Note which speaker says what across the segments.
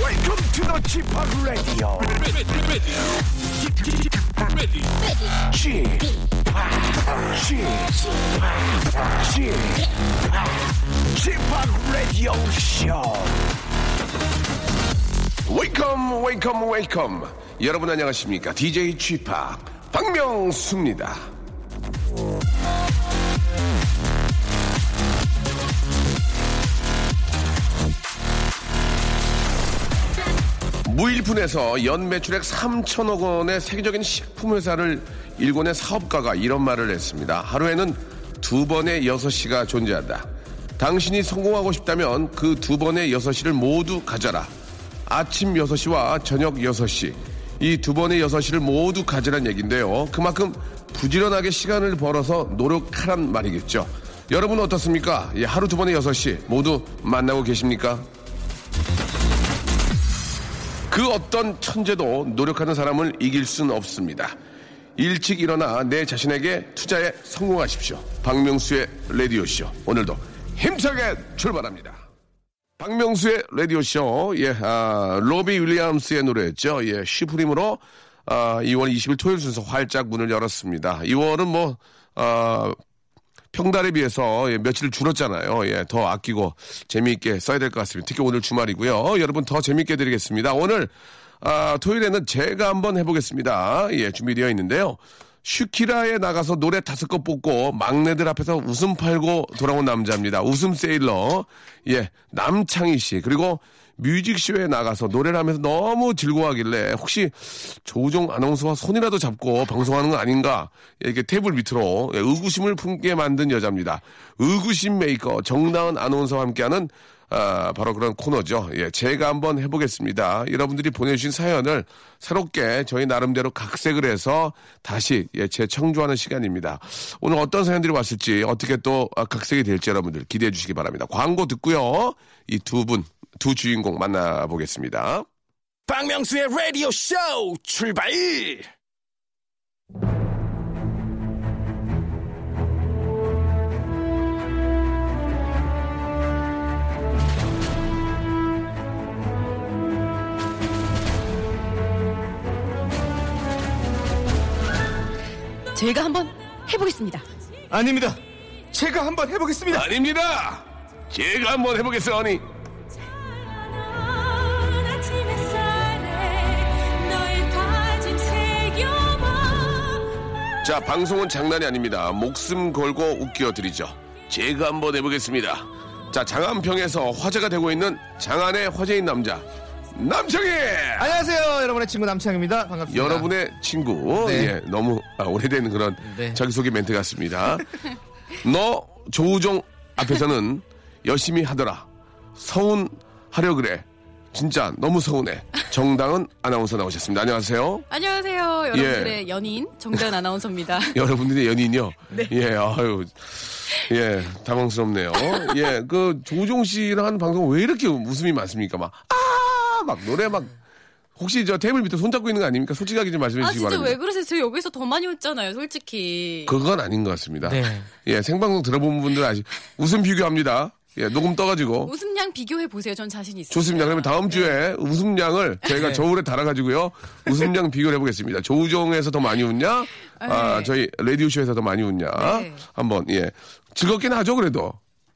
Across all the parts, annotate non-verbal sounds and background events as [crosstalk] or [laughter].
Speaker 1: Welcome to the Chip Radio. Chip Chip Chip Radio Show.
Speaker 2: 웨이컴 웨이컴 웨이컴 여러분 안녕하십니까 DJ 취파 박명수입니다 무일푼에서 연 매출액 3천억 원의 세계적인 식품 회사를 일궈낸 사업가가 이런 말을 했습니다. 하루에는 두 번의 여섯 시가 존재한다. 당신이 성공하고 싶다면 그 두 번의 여섯 시를 모두 가져라. 아침 여섯 시와 저녁 여섯 시 이 두 번의 여섯 시를 모두 가지란 얘기인데요. 그만큼 부지런하게 시간을 벌어서 노력하란 말이겠죠. 여러분 은 어떻습니까? 예, 하루 두 번의 여섯 시 모두 만나고 계십니까? 그 어떤 천재도 노력하는 사람을 이길 순 없습니다. 일찍 일어나 내 자신에게 투자에 성공하십시오. 박명수의 라디오쇼. 오늘도 힘차게 출발합니다. 박명수의 라디오쇼. 예, 아, 로비 윌리엄스의 노래였죠. 예, 슈프림으로 아, 2월 20일 토요일 순서 활짝 문을 열었습니다. 2월은 뭐, 아, 평달에 비해서 예, 며칠 줄었잖아요. 예, 더 아끼고 재미있게 써야 될 것 같습니다. 특히 오늘 주말이고요. 어, 여러분 더 재미있게 드리겠습니다. 오늘 아, 토요일에는 제가 한번 해보겠습니다. 예, 준비되어 있는데요. 슈키라에 나가서 노래 다섯 곡 뽑고 막내들 앞에서 웃음 팔고 돌아온 남자입니다. 웃음 세일러 예 남창희 씨 그리고 뮤직쇼에 나가서 노래를 하면서 너무 즐거워하길래 혹시 조우종 아나운서와 손이라도 잡고 방송하는 건 아닌가 이렇게 테이블 밑으로 예, 의구심을 품게 만든 여자입니다. 의구심 메이커 정다은 아나운서와 함께하는 아, 바로 그런 코너죠. 예, 제가 한번 해보겠습니다. 여러분들이 보내주신 사연을 새롭게 저희 나름대로 각색을 해서 다시 예, 재청조하는 시간입니다. 오늘 어떤 사연들이 왔을지 어떻게 또 아, 각색이 될지 여러분들 기대해 주시기 바랍니다. 광고 듣고요. 이 두 분, 두 주인공 만나보겠습니다.
Speaker 1: 박명수의 라디오 쇼 출발.
Speaker 3: 제가 한번 해보겠습니다.
Speaker 4: 아닙니다. 제가 한번 해보겠습니다.
Speaker 2: 아닙니다. 제가 한번 해보겠어니. 자, 방송은 장난이 아닙니다. 목숨 걸고 웃겨드리죠. 제가 한번 해보겠습니다. 자, 장안평에서 화제가 되고 있는 장안의 화제인 남자, 남창희!
Speaker 4: 아, 안녕하세요. 여러분의 친구 남창입니다. 반갑습니다.
Speaker 2: 여러분의 친구.
Speaker 4: 네.
Speaker 2: 예, 너무 아, 오래된 그런
Speaker 4: 네.
Speaker 2: 자기소개 멘트 같습니다. 너 조우종 앞에서는 열심히 하더라. 서운하려 그래. 진짜 너무 서운해. 정당은 아나운서 나오셨습니다. 안녕하세요.
Speaker 3: 안녕하세요.
Speaker 2: 예.
Speaker 3: 여러분들의 연인 정다은
Speaker 2: [laughs]
Speaker 3: 아나운서입니다.
Speaker 2: 여러분들의 연인요.
Speaker 4: 네.
Speaker 2: 예, 아유. 예, 당황스럽네요. 예, 그 조종 씨랑 하는 방송 왜 이렇게 웃음이 많습니까? 막 아, 막 노래 막 혹시 저 테이블 밑에 손잡고 있는 거 아닙니까? 솔직하게 좀 말씀해
Speaker 3: 아
Speaker 2: 주시기
Speaker 3: 진짜
Speaker 2: 바랍니다.
Speaker 3: 왜 그러세요? 저 여기서 더 많이 웃잖아요, 솔직히.
Speaker 2: 그건 아닌 것 같습니다.
Speaker 5: 네.
Speaker 2: [laughs] 예, 생방송 들어본 분들 아시 웃음 비교합니다. 예, 녹음 떠가지고.
Speaker 3: 웃음량 비교해 보세요. 전 자신 있어요.
Speaker 2: 좋습니다. 그러면
Speaker 3: 네.
Speaker 2: 다음 주에 웃음량을 저희가 저울에 달아가지고요.
Speaker 3: [laughs]
Speaker 2: 웃음량 비교를 해보겠습니다. 조우종에서 더 많이 웃냐? 아,
Speaker 3: 네.
Speaker 2: 저희 라디오쇼에서 더 많이 웃냐?
Speaker 3: 네.
Speaker 2: 한번, 예. 즐겁긴 하죠, 그래도.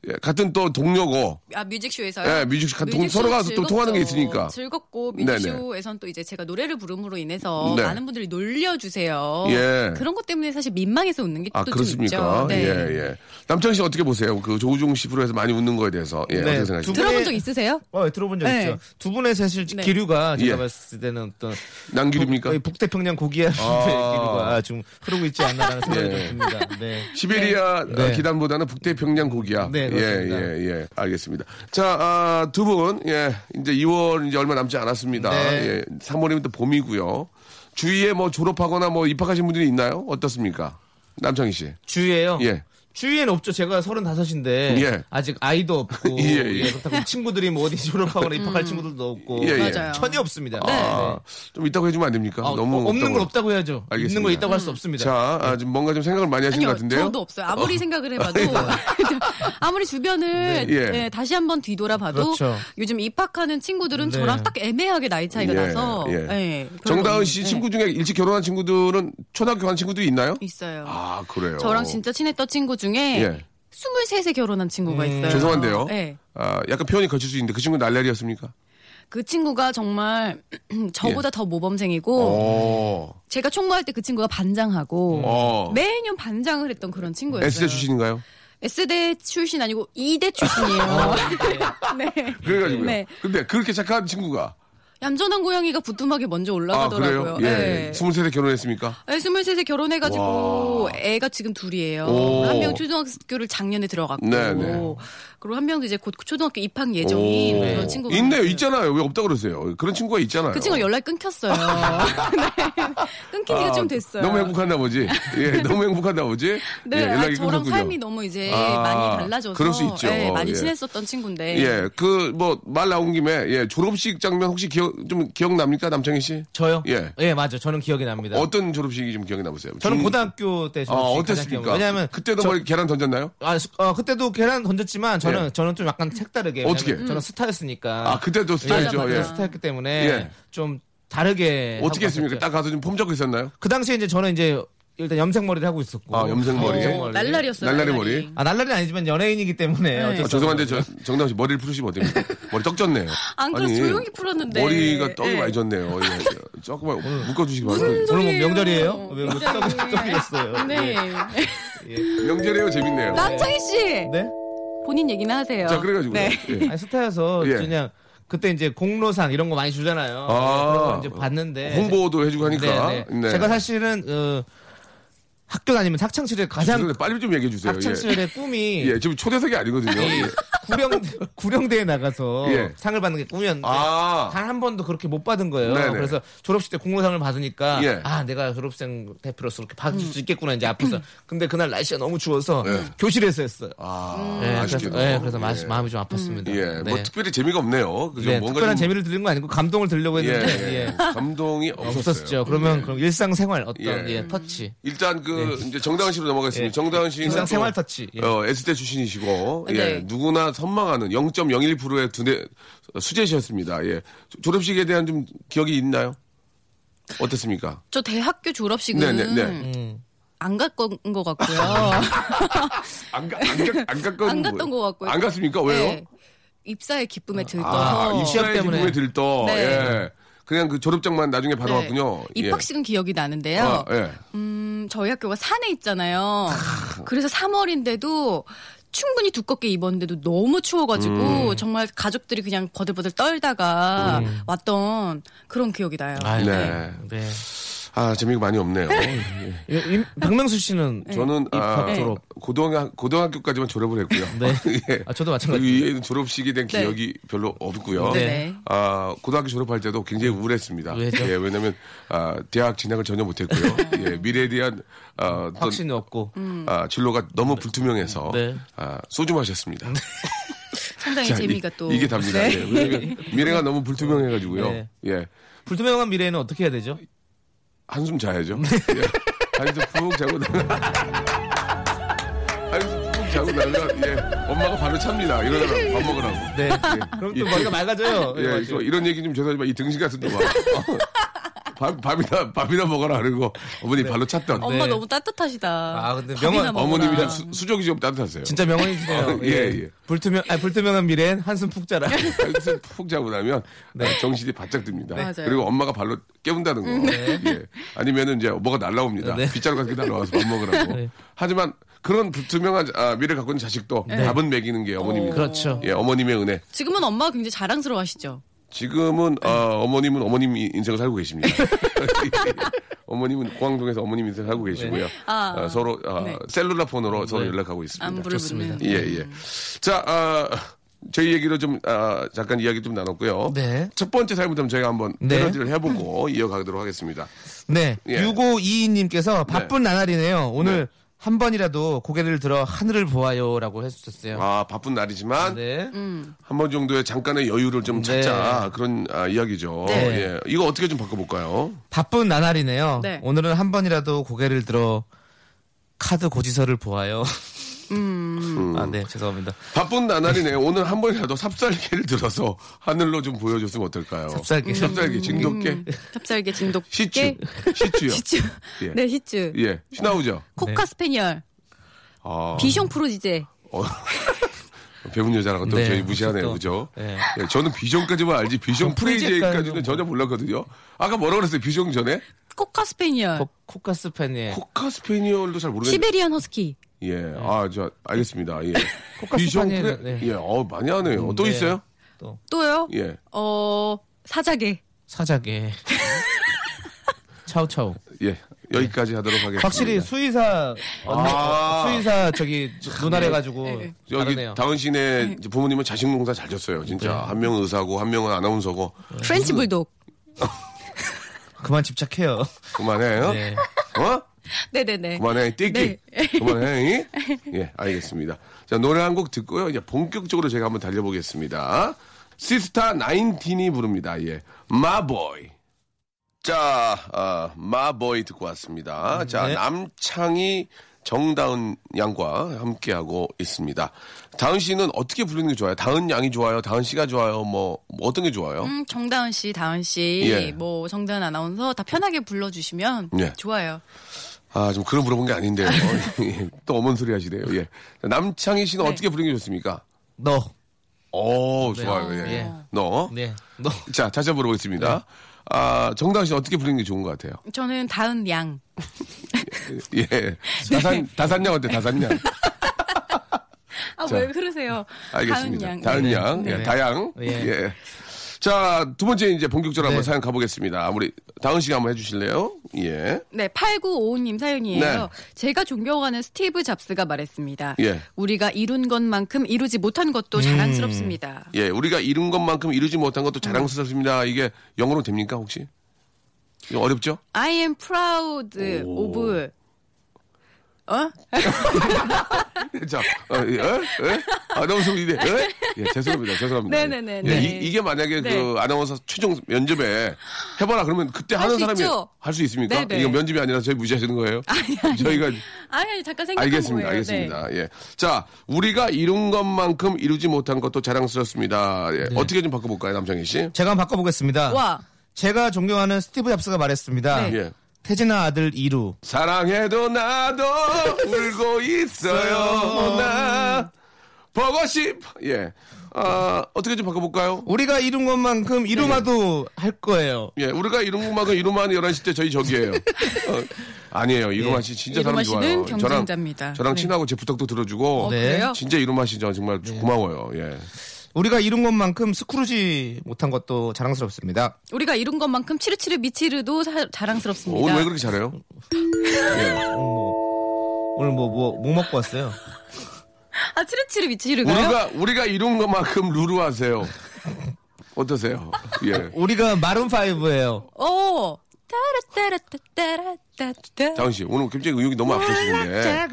Speaker 2: 예, 같은 또 동료고
Speaker 3: 아 뮤직쇼에서요?
Speaker 2: 예, 뮤직- 동- 서로 가서 또
Speaker 3: 즐겁죠.
Speaker 2: 통하는 게 있으니까.
Speaker 3: 즐겁고
Speaker 2: 네네.
Speaker 3: 뮤직쇼에선 또 이제 제가 노래를 부름으로 인해서
Speaker 2: 네.
Speaker 3: 많은 분들이 놀려주세요.
Speaker 2: 예.
Speaker 3: 그런 것 때문에 사실 민망해서 웃는 게
Speaker 2: 아
Speaker 3: 또 좀 있죠.
Speaker 2: 그렇습니까?
Speaker 3: 네.
Speaker 2: 예 예. 남창 씨 어떻게 보세요? 그 조우종 씨 프로에서 많이 웃는 거에 대해서 예
Speaker 5: 네,
Speaker 2: 어떻게 생각하세요?
Speaker 5: 두-
Speaker 3: 들어본 적 있으세요?
Speaker 5: 어, 들어본 적
Speaker 3: 네.
Speaker 5: 있죠. 두 분의 사실
Speaker 3: 네.
Speaker 5: 기류가 제가
Speaker 2: 예.
Speaker 5: 봤을 때는 어떤 예,
Speaker 2: 난길입니까? 아.
Speaker 5: 북, 태평양 [laughs] 고기야 기류가 좀 흐르고 있지 않나라는 생각이
Speaker 2: 네.
Speaker 5: 좀 듭니다. 네.
Speaker 2: 시베리아
Speaker 5: 네.
Speaker 2: 어, 기단보다는 북대평양 고기야.
Speaker 5: 네,
Speaker 2: 예,
Speaker 5: 그렇습니다.
Speaker 2: 예, 예. 알겠습니다. 자, 아, 두 분, 예, 이제 2월 이제 얼마 남지 않았습니다.
Speaker 5: 네.
Speaker 2: 예, 3월이면 또 봄이고요. 주위에 뭐 졸업하거나 뭐 입학하신 분들이 있나요? 어떻습니까? 남창희 씨.
Speaker 5: 주위에요.
Speaker 2: 예.
Speaker 5: 주위엔 없죠. 제가 35인데
Speaker 2: 예.
Speaker 5: 아직 아이도 없고
Speaker 2: [laughs] 예, 예.
Speaker 5: 예, 그렇다고 친구들이 뭐 어디 졸업하거나 입학할 친구들도 없고
Speaker 2: 예, 예.
Speaker 3: 음. 맞아요. 네.
Speaker 5: 전혀 없습니다. 네.
Speaker 2: 아, 좀 있다고 해주면 안 됩니까?
Speaker 5: 아,
Speaker 2: 너무
Speaker 5: 없는
Speaker 2: 없다고.
Speaker 5: 걸 없다고 해야죠.
Speaker 2: 알겠습니다.
Speaker 5: 있는 걸 있다고 할
Speaker 3: 음.
Speaker 5: 수 없습니다.
Speaker 2: 자, 아, 좀 뭔가 좀 생각을 많이 하신
Speaker 3: 아니요,
Speaker 2: 것 같은데요.
Speaker 3: 저도 없어요.
Speaker 2: [laughs]
Speaker 3: 아무리 생각을 해봐도 [laughs] 아무리
Speaker 2: 네.
Speaker 3: 주변을
Speaker 2: 예.
Speaker 3: 네, 다시 한번 뒤돌아봐도
Speaker 5: 그렇죠.
Speaker 3: 요즘 입학하는 친구들은
Speaker 5: 네.
Speaker 3: 저랑 딱 애매하게 나이 차이가
Speaker 2: 예,
Speaker 3: 나서
Speaker 2: 예.
Speaker 3: 네, 별로
Speaker 2: 정다은
Speaker 3: 없는-
Speaker 2: 씨
Speaker 3: 네,
Speaker 2: 친구 중에 일찍 결혼한 친구들은 초등학교 간 친구들이 있나요?
Speaker 3: 있어요.
Speaker 2: 아, 그래요.
Speaker 3: 저랑 진짜 친했던 친구 중에
Speaker 2: 예. 음,
Speaker 3: 23세 결혼한 친구가 있어요.
Speaker 2: 죄송한데요.
Speaker 3: 네.
Speaker 2: 아, 약간 표현이 거칠 수 있는데 그 친구 는 날라리였습니까?
Speaker 3: 그 친구가 정말 [clears throat]
Speaker 2: 예.
Speaker 3: 저보다 더 모범생이고
Speaker 2: 오.
Speaker 3: 제가 총무할 때 그 친구가 반장하고
Speaker 2: 어.
Speaker 3: 매년 반장을 했던 그런 친구였어요.
Speaker 2: S대 출신인가요?
Speaker 3: S대 출신 아니고 2대 출신이에요.
Speaker 2: 아.
Speaker 3: [laughs] 네.
Speaker 2: 그래가지고요.
Speaker 3: 네.
Speaker 2: 근데 그렇게 착한 친구가
Speaker 3: 얌전한 고양이가 부뚜막에 먼저
Speaker 2: 아 그래요?
Speaker 3: 올라가더라고요. 네.
Speaker 2: 예. 스물 세에 결혼했습니까?
Speaker 3: 스물 셋에 결혼해가지고 애가 지금 둘이에요.
Speaker 2: 오.
Speaker 3: 한 명 초등학교를 작년에 들어갔고
Speaker 2: 네네.
Speaker 3: 그리고 한 명도 이제 곧 초등학교 입학 예정인
Speaker 2: 오.
Speaker 3: 그런 친구가
Speaker 2: 있네요.
Speaker 3: 있어요.
Speaker 2: 있잖아요. 왜 없다 그러세요? 그런 친구가 있잖아요.
Speaker 3: 그 친구 연락 이
Speaker 2: [laughs]
Speaker 3: 끊겼어요. 네. 끊긴 지가
Speaker 2: 아,
Speaker 3: 좀 됐어요.
Speaker 2: 너무 행복한나 보지.
Speaker 3: [laughs]
Speaker 2: 예, 너무 행복한나 보지.
Speaker 3: 네,
Speaker 2: 예,
Speaker 3: 아,
Speaker 2: 연락이
Speaker 3: 저랑
Speaker 2: 끊겼군요.
Speaker 3: 삶이 너무 이제
Speaker 2: 아,
Speaker 3: 많이 달라져서
Speaker 2: 그럴 수 있죠.
Speaker 3: 예, 많이
Speaker 2: 예.
Speaker 3: 친했었던 친구인데
Speaker 2: 예, 그 뭐 말 나온 김에 예, 졸업식 장면 혹시 기억 좀 기억 납니까, 남창희 씨?
Speaker 5: 저요?
Speaker 2: 예.
Speaker 5: 예, 맞아요. 저는 기억이 납니다.
Speaker 2: 어떤 졸업식이 좀 기억에 남으세요?
Speaker 5: 저는
Speaker 2: 중-
Speaker 5: 고등학교 때
Speaker 2: 아,
Speaker 5: 졸업식 가장
Speaker 2: 어땠습니까?
Speaker 5: 기억나요. 왜냐면
Speaker 2: 그때도
Speaker 5: 저-
Speaker 2: 뭐 계란 던졌나요?
Speaker 5: 아, 수- 어, 그때도 계란 던졌지만 저는
Speaker 2: 예.
Speaker 5: 저는 좀 약간 색다르게
Speaker 2: 어떻게?
Speaker 5: 왜냐면 저는 스타였으니까
Speaker 2: 아, 그때도
Speaker 3: 네.
Speaker 2: 스타일이죠.
Speaker 3: 맞아,
Speaker 2: 예.
Speaker 5: 그때 스타였기 때문에
Speaker 2: 예.
Speaker 5: 좀
Speaker 3: 예,
Speaker 5: 다르게
Speaker 2: 어떻게 했습니까? 딱
Speaker 5: 딱...
Speaker 2: 가서 좀 폼잡고 있었나요?
Speaker 5: 그 당시에 이제 저는 이제 일단 염색머리를 하고 있었고
Speaker 2: 아, 염색머리.
Speaker 5: 어,
Speaker 3: 어, 날라리였어요. 네.
Speaker 2: 날라리
Speaker 3: 날라리
Speaker 2: 머리.
Speaker 5: 아 날라리는 아니지만 연예인이기 때문에 어쩔
Speaker 2: 아,
Speaker 5: 수 없어요.
Speaker 2: 죄송한데 저 정당 씨 머리를 풀으시면 어됩니까? 머리 떡 졌네요.
Speaker 3: 안 그래도 조용히 풀었는데.
Speaker 2: 머리가 떡이
Speaker 3: 예.
Speaker 2: 많이 졌네요. 예. 조금만
Speaker 5: 음.
Speaker 2: 묶어주시기 바랍니다.
Speaker 5: 오늘 뭐
Speaker 3: 소리예요.
Speaker 5: 명절이에요? 왜뭐 떡이-
Speaker 3: 굉장히.
Speaker 5: 떡이 됐어요? 예.
Speaker 3: 네.
Speaker 2: 예. 명절이에요. 재밌네요.
Speaker 3: 남창희 씨
Speaker 5: 네?
Speaker 3: 본인 얘기나 하세요.
Speaker 2: 자 그래가지고
Speaker 3: 네.
Speaker 2: 예.
Speaker 5: 아니 스타여서
Speaker 2: 예.
Speaker 5: 그냥 그때 이제 공로상 이런 거 많이 주잖아요.
Speaker 2: 아.
Speaker 5: 그런 거 이제 봤는데
Speaker 2: 홍보도 해주고 하니까.
Speaker 5: 네, 네.
Speaker 2: 네.
Speaker 5: 제가 사실은 어, 학교 다니면 학창 시절 가장
Speaker 2: 아, 죄송한데 빨리 좀 얘기해 주세요.
Speaker 5: 학창
Speaker 2: 예.
Speaker 5: 시절의 꿈이
Speaker 2: 예, 지금 초대석이 아니거든요.
Speaker 5: 네.
Speaker 2: 예.
Speaker 5: 구령 구령대에 나가서
Speaker 2: 예.
Speaker 5: 상을 받는 게 꿈이었는데
Speaker 2: 아.
Speaker 5: 단 한 번도 그렇게 못 받은 거예요.
Speaker 2: 네네.
Speaker 5: 그래서 졸업식 때 공로상을 받으니까
Speaker 2: 예.
Speaker 5: 아 내가 졸업생 대표로서 그렇게 받을 수 있겠구나 이제 앞에서. 근데 그날 날씨가 너무 추워서
Speaker 2: 예.
Speaker 5: 교실에서 했어요.
Speaker 3: 음.
Speaker 2: 아,
Speaker 5: 예, 그래서,
Speaker 2: 아쉽게도.
Speaker 5: 예, 그래서 마-
Speaker 2: 예.
Speaker 5: 마음이 좀 아팠습니다.
Speaker 2: 예,
Speaker 5: 네.
Speaker 2: 뭐 특별히 재미가 없네요. 그죠?
Speaker 5: 네,
Speaker 2: 뭔가
Speaker 5: 특별한
Speaker 2: 좀-
Speaker 5: 재미를 들린 거 아니고 감동을 들려고
Speaker 2: 예,
Speaker 5: 했는데
Speaker 2: 예.
Speaker 5: 예.
Speaker 2: 감동이 없었어요.
Speaker 5: 없었죠. 그러면 그럼 일상생활 어떤
Speaker 2: 예.
Speaker 5: 예, 터치.
Speaker 2: 일단 그 이제 정다은 씨로 넘어가겠습니다.
Speaker 5: 예.
Speaker 2: 정다은 씨는
Speaker 5: 일상
Speaker 2: 또,
Speaker 5: 생활 터치. 예.
Speaker 2: 어, S대 출신이시고 예,
Speaker 3: 네.
Speaker 2: 누구나 선망하는 0.01%의 두뇌 네, 수제셨습니다. 예. 조- 졸업식에 대한 좀 기억이 있나요? 어땠습니까?
Speaker 3: 저 대학교 졸업식은
Speaker 2: 네, 네, 네.
Speaker 5: 음.
Speaker 3: 안 갔건 것 같고요.
Speaker 2: 안, 가, 안, 가, 안 갔건
Speaker 3: 안 갔던
Speaker 2: 뭐-
Speaker 3: 것 같고요.
Speaker 2: 안 갔습니까? [laughs] 왜요?
Speaker 3: 네. 입사의 기쁨에
Speaker 2: 아,
Speaker 3: 들떠서
Speaker 2: 입시학 때문에
Speaker 5: 때문에.
Speaker 2: 들떠.
Speaker 3: 네.
Speaker 2: 예. 그냥 그 졸업장만 나중에 바로
Speaker 3: 네.
Speaker 2: 왔군요.
Speaker 3: 입학식은 기억이
Speaker 2: 예.
Speaker 3: 나는데요.
Speaker 2: 아, 예.
Speaker 3: 음, 저희 학교가 산에 있잖아요. 그래서 3월인데도 충분히 두껍게 입었는데도 너무
Speaker 2: 음.
Speaker 3: 추워가지고 정말 가족들이 그냥 버들버들 떨다가 왔던 그런 기억이 나요.
Speaker 5: 아,
Speaker 2: 네.
Speaker 5: 네.
Speaker 2: 아, 재미가 많이 없네요. 예.
Speaker 5: 예, 임- 박명수 씨는
Speaker 3: 네.
Speaker 2: 저는
Speaker 5: 입학
Speaker 2: 아,
Speaker 5: 졸업.
Speaker 2: 고등학 고등학교까지만 졸업을 했고요.
Speaker 5: 네.
Speaker 2: [laughs] 예.
Speaker 5: 아, 저도
Speaker 2: 그
Speaker 5: 마찬가지.
Speaker 2: 위에 졸업식에 대한
Speaker 3: 네.
Speaker 2: 기억이 별로 없고요.
Speaker 3: 네네.
Speaker 2: 아 고등학교 졸업할 때도 굉장히 우울했습니다.
Speaker 5: 네. 왜죠?
Speaker 2: 예, 왜냐하면 아, 대학 진학을 전혀
Speaker 3: [laughs]
Speaker 2: 못했고요. 예, 미래에 대한 아, 어떤,
Speaker 5: 확신이 없고.
Speaker 3: 음.
Speaker 2: 아, 진로가 너무 불투명해서
Speaker 5: 네.
Speaker 2: 아, 소주 마셨습니다.
Speaker 3: 상당히
Speaker 2: 자,
Speaker 3: 재미가
Speaker 2: 이,
Speaker 3: 또
Speaker 2: 이게 답니다.
Speaker 3: 네.
Speaker 2: 예, 왜냐면 미래가 너무 불투명해가지고요.
Speaker 5: 네.
Speaker 2: 예,
Speaker 5: 불투명한 미래에는 어떻게 해야 되죠?
Speaker 2: 한숨
Speaker 5: [laughs]
Speaker 2: 자야죠. 예. 한숨 푹 자고 나면 [laughs] 한숨 푹 자고 나면 예, 엄마가 바로 찹니다. 이러다가 밥 먹으라고. 예.
Speaker 5: 네. 그럼
Speaker 2: 이-
Speaker 5: 또 머리가 맑아져요.
Speaker 2: 예, 이거 이런 얘기 좀 죄송하지만 이 등신 같은 놈아. [laughs] 밥, 밥이나, 밥이나 먹어라 그러고 어머니 발로 찼던.
Speaker 3: 엄마
Speaker 5: 네.
Speaker 3: 너무 따뜻하시다.
Speaker 5: 아, 근데
Speaker 3: 밥이나
Speaker 5: 명언-
Speaker 3: 먹어라.
Speaker 2: 어머님이랑 수- 수족이 좀 따뜻하세요.
Speaker 5: 진짜 명언이시네요.
Speaker 2: 어, 예, 예.
Speaker 5: 불투명, 아, 불투명한 미래엔 한숨
Speaker 2: [laughs]
Speaker 5: 푹 자라.
Speaker 3: [laughs]
Speaker 2: 여기서 푹 자고 나면 아, 정신이 바짝 듭니다.
Speaker 3: 네. 맞아요. 네.
Speaker 2: 그리고 엄마가 발로 깨운다는 거. 예. 아니면은 이제 뭐가 날라옵니다.
Speaker 5: 네.
Speaker 2: 빗자루 같은 게 날라와서 밥 먹으라고.
Speaker 3: 네.
Speaker 2: 하지만 그런 불투명한 아, 미래를 갖고 있는 자식도
Speaker 3: 네.
Speaker 2: 밥은 먹이는 게 어머님이고.
Speaker 5: 그렇죠.
Speaker 2: 예, 어머님의 은혜.
Speaker 3: 지금은 엄마가 굉장히 자랑스러워하시죠.
Speaker 2: 지금은 어, 머님은 어머님 인생을 살고
Speaker 3: [laughs]
Speaker 2: 계십니다. 어머님은 고항동에서 어머님 인생을 살고 계시고요.
Speaker 3: 아.
Speaker 2: 어, 서로 어,
Speaker 3: 네.
Speaker 2: 셀룰라 폰으로 서로 연락하고 있습니다.
Speaker 3: 안부를 묻는.
Speaker 2: 예, 예.
Speaker 5: 음.
Speaker 2: 자, 아, 저희 얘기로 좀, 아, 잠깐 이야기 좀 나눴고요.
Speaker 5: 네.
Speaker 2: 첫 번째 사연부터 저희가 한번
Speaker 5: 네.
Speaker 2: 패러디를 해보고 [laughs] 이어가도록 하겠습니다.
Speaker 5: 네.
Speaker 2: 예.
Speaker 5: 6522님께서 바쁜 나날이네요. 오늘
Speaker 2: 네.
Speaker 5: 한 번이라도 고개를 들어 하늘을 보아요라고 해주셨어요.
Speaker 2: 아, 바쁜 날이지만
Speaker 5: 네.
Speaker 2: 한 번 정도의 잠깐의 여유를 좀 찾자 그런 아, 이야기죠.
Speaker 5: 네.
Speaker 2: 예. 이거 어떻게 좀 바꿔볼까요?
Speaker 5: 바쁜 나날이네요.
Speaker 3: 네.
Speaker 5: 오늘은 한 번이라도 고개를 들어 카드 고지서를 보아요. 아, 네. 죄송합니다.
Speaker 2: 바쁜
Speaker 5: [laughs]
Speaker 2: 나날이네. 오늘 한 번이라도 삽살개를 들어서 하늘로 좀 보여줬으면 어떨까요?
Speaker 5: 삽살개.
Speaker 2: 삽살개,
Speaker 5: 음.
Speaker 2: 징겹게.
Speaker 3: 찹쌀게 진돗개.
Speaker 2: 시추. 시추요.
Speaker 3: [laughs] 시츄.
Speaker 2: 예.
Speaker 3: 네, 시츄.
Speaker 2: 예. 시나우죠.
Speaker 5: 음.
Speaker 3: 코카 스페니얼.
Speaker 2: 아.
Speaker 3: 비숑 프로지제.
Speaker 2: 어. [laughs] 배운 여자라고 또
Speaker 5: 네,
Speaker 2: 저희 무시하네요,
Speaker 5: 또,
Speaker 2: 그죠?
Speaker 5: 네. 어,
Speaker 2: 예, 저는 비숑까지만 알지 비숑 프레이제까지는
Speaker 5: 프레이제까지는
Speaker 2: 전혀 몰랐거든요. 아까 뭐라 그랬어요? 비숑 전에
Speaker 3: 코카 스페니얼.
Speaker 5: 코- 코카스 팬이
Speaker 2: 코카 스페니얼도 잘 모르겠는데.
Speaker 3: 시베리안 허스키.
Speaker 2: 예, 아, 저 알겠습니다. 예,
Speaker 5: 코카
Speaker 2: 비숑
Speaker 5: 스페니얼은,
Speaker 2: 프레
Speaker 5: 네.
Speaker 2: 예, 어 많이 하네요. 또
Speaker 5: 네.
Speaker 2: 있어요?
Speaker 5: 또
Speaker 3: 또요?
Speaker 2: 예,
Speaker 3: 어, 사자개.
Speaker 5: 사자게.
Speaker 2: [laughs]
Speaker 5: 차우차우.
Speaker 2: 예, 여기까지 하도록 하겠습니다.
Speaker 5: 네. 확실히 수의사
Speaker 2: 아.
Speaker 5: 수의사 저기 눈알해 가지고
Speaker 2: 여기
Speaker 5: 다르네요. 네.
Speaker 2: 다은 씨네 부모님은 자식 농사 잘 졌어요, 진짜. 한 명은 의사고 한 명은 아나운서고. 음.
Speaker 3: 프렌치 불독.
Speaker 5: 그만 집착해요. [laughs]
Speaker 2: 그만해요.
Speaker 5: 네.
Speaker 2: 어?
Speaker 3: 네네네.
Speaker 2: 그만해, 띠끼. 그만해.
Speaker 3: [laughs]
Speaker 2: 예, 알겠습니다. 자, 노래 한 곡 듣고요. 이제 본격적으로 제가 한번 달려보겠습니다. 시스타 나인틴이 부릅니다. 예. 마보이. 자, 아, 마보이 듣고 왔습니다. 자,
Speaker 5: 네.
Speaker 2: 남창희 정다은 양과 함께하고 있습니다. 다은 씨는 어떻게 부르는 게 좋아요? 다은 양이 좋아요? 다은 씨가 좋아요? 뭐, 뭐 어떤 게 좋아요?
Speaker 3: 음, 정다은 씨, 다은 씨,
Speaker 2: 예.
Speaker 3: 뭐 정다은 아나운서 다 편하게 불러주시면
Speaker 2: 예.
Speaker 3: 좋아요.
Speaker 2: 아, 좀 그런 물어본 게
Speaker 3: [laughs]
Speaker 2: 아닌데요. [laughs] 예, 또 어머니 소리 하시네요. 예. 자, 남창희 씨는
Speaker 3: 네.
Speaker 2: 어떻게 부르는 게 좋습니까?
Speaker 5: 너.
Speaker 2: 오, 좋아요. 예.
Speaker 5: 예.
Speaker 2: 너.
Speaker 5: 네. 너.
Speaker 2: 자, 다시 한번 물어보겠습니다. 아, 정당 씨 어떻게 부르는 게 좋은 것 같아요?
Speaker 3: 저는 다은 양.
Speaker 2: 예.
Speaker 5: 네.
Speaker 2: 다산, 다산양 어때,
Speaker 5: [laughs]
Speaker 2: 다산양?
Speaker 3: 아
Speaker 2: 자.
Speaker 3: 왜 그러세요?
Speaker 2: 알겠습니다.
Speaker 3: 다은 양.
Speaker 2: 다은 양.
Speaker 5: 네.
Speaker 2: 예,
Speaker 5: 네.
Speaker 2: 다양. 예.
Speaker 5: 예.
Speaker 2: 자, 두 번째 이제 본격적으로 한번
Speaker 5: 네.
Speaker 2: 사연 가보겠습니다. 우리 다은 씨가 한번 해주실래요? 예.
Speaker 3: 네, 8955님 사연이에요.
Speaker 2: 네.
Speaker 3: 제가 존경하는 스티브 잡스가 말했습니다.
Speaker 2: 예.
Speaker 3: 우리가 이룬 것만큼 이루지 못한 것도 자랑스럽습니다.
Speaker 2: 예. 우리가 이룬 것만큼 이루지 못한 것도 자랑스럽습니다. 이게 영어로 됩니까, 혹시? 이거 어렵죠?
Speaker 3: I am proud of 어?
Speaker 2: [laughs] 자, 어, 예? 예? 아나운서 이네. 예? 예, 죄송합니다. 죄송합니다.
Speaker 3: 네네네.
Speaker 2: 예,
Speaker 3: 네.
Speaker 2: 이, 게 만약에
Speaker 3: 네.
Speaker 2: 그 아나운서 최종 면접에 해봐라 그러면 그때
Speaker 3: 할
Speaker 2: 하는
Speaker 3: 수
Speaker 2: 사람이
Speaker 3: 있죠.
Speaker 2: 할 수 있습니까?
Speaker 3: 네네.
Speaker 2: 이거 면접이 아니라 저희 무시하시는 거예요? [laughs] [laughs] 저희가
Speaker 3: [laughs] 아니, 아니, 잠깐 생각한
Speaker 2: 알겠습니다.
Speaker 3: 거예요. 네.
Speaker 2: 알겠습니다. 예. 자, 우리가 이룬 것만큼 이루지 못한 것도 자랑스럽습니다. 예. 어떻게 좀 바꿔볼까요, 남창희 씨?
Speaker 5: 제가 한번 바꿔보겠습니다.
Speaker 3: 와,
Speaker 5: 제가 존경하는 스티브 잡스가 말했습니다.
Speaker 3: 네.
Speaker 2: 예.
Speaker 5: 태진아 아들 이루.
Speaker 2: 사랑해도
Speaker 3: [laughs]
Speaker 2: 나도 울고
Speaker 3: 음.
Speaker 2: 있어요. 나 보고 싶. 예. 아, 어떻게 좀 바꿔볼까요?
Speaker 5: 우리가 이룬 것만큼 이루마도 할 거예요.
Speaker 2: 예, 우리가 이런 것만큼 이루만 11시 때 저희
Speaker 3: [laughs]
Speaker 2: 저기예요. 어, 아니에요. 이루만 씨 진짜 사람
Speaker 3: 네. 이루만
Speaker 2: 좋아요.
Speaker 3: 씨는 경쟁자입니다.
Speaker 2: 저랑, 저랑
Speaker 3: 네.
Speaker 2: 친하고 제 부탁도 들어주고. 음,
Speaker 3: 어, 그래요? 네.
Speaker 2: 진짜 이루만 씨 저 정말 고마워요. 예.
Speaker 5: 네. 우리가 이룬 것만큼 스크루지 못한 것도 자랑스럽습니다.
Speaker 3: 우리가 이룬 것만큼 치르치르 미치르도 사-
Speaker 2: 어,
Speaker 3: 자랑스럽습니다.
Speaker 2: 오늘 왜 그렇게 잘해요?
Speaker 5: 오늘 뭐 뭐 뭐 먹고 왔어요?
Speaker 3: 아, 치르치르 미치르가요?
Speaker 2: 우리가, 우리가 이룬 것만큼 루루하세요. 어떠세요? 예.
Speaker 5: 우리가 마룬 파이브예요.
Speaker 3: 오. 따라따라따따라따따.
Speaker 2: 다은 씨, 오늘 굉장히 의욕이 너무 앞서시는데.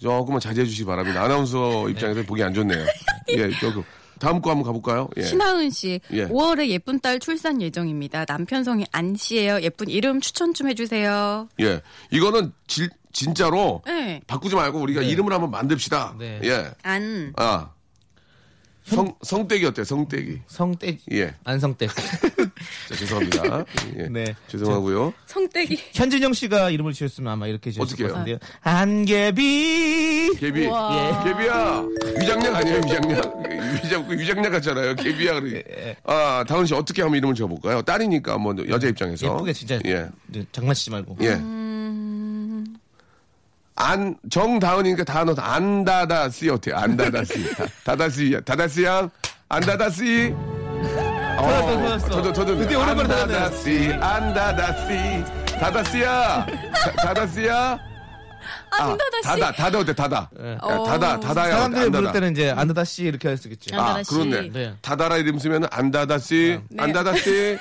Speaker 2: 조금만 자제해 주시기 바랍니다. 아나운서 입장에서 보기 안 좋네요. 예, 조금. 다음 거 한번 가볼까요? 예.
Speaker 3: 신하은 씨,
Speaker 2: 예.
Speaker 3: 5월에 예쁜 딸 출산 예정입니다. 남편 성이 안 씨예요. 예쁜 이름 추천 좀 해주세요.
Speaker 2: 예. 이거는 질- 진짜로
Speaker 3: 네.
Speaker 2: 바꾸지 말고 우리가 이름을 한번 만듭시다.
Speaker 5: 네.
Speaker 2: 예.
Speaker 3: 안.
Speaker 2: 아. 예. 성, 성대기 어때요? 성대기.
Speaker 5: 성대
Speaker 2: 예.
Speaker 5: 안성대.
Speaker 2: 자,
Speaker 5: [laughs]
Speaker 2: 죄송합니다. 예.
Speaker 5: 네.
Speaker 2: 죄송하고요.
Speaker 3: 성대기.
Speaker 5: 현진영 씨가 이름을 지었으면 아마 이렇게 지었을
Speaker 2: 어떻게요?
Speaker 5: 것 같은데요. 안개비. 예.
Speaker 2: 개비.
Speaker 3: 우와.
Speaker 2: 개비야. 위장량 아니에요, 위장량. 위장, 위장량 같잖아요. 개비야. 그러니.
Speaker 5: 예,
Speaker 2: 아, 다은 씨 어떻게 하면 이름을 지어볼까요? 딸이니까 한번 여자 입장에서.
Speaker 5: 예쁘게 진짜
Speaker 2: 예.
Speaker 5: 네, 장난치지 말고.
Speaker 2: 예. 안, 정다은이니까 다 넣어서 안다다씨 어때요? 안다다씨. 다- 다다씨, 다다씨 양. 안다다씨.
Speaker 5: 터졌어, 터졌어.
Speaker 2: 저도, 저도.
Speaker 5: 그때 오랜만에
Speaker 2: 안다다씨, 안다다씨. 다다씨야. 다- 다다씨야. 아,
Speaker 3: 안다다씨.
Speaker 2: 다다, 다다 어때, 다다. 야, 다다, 다다야.
Speaker 5: 사람들이 부를
Speaker 2: 안다다. 음.
Speaker 5: 때는 이제 안다다 씨 이렇게 할 수 있겠죠.
Speaker 2: 아,
Speaker 3: 안다다씨.
Speaker 2: 그렇네.
Speaker 5: 네.
Speaker 2: 다다라 이름 쓰면 안다다씨,
Speaker 3: 네. [laughs]
Speaker 2: 안다다씨,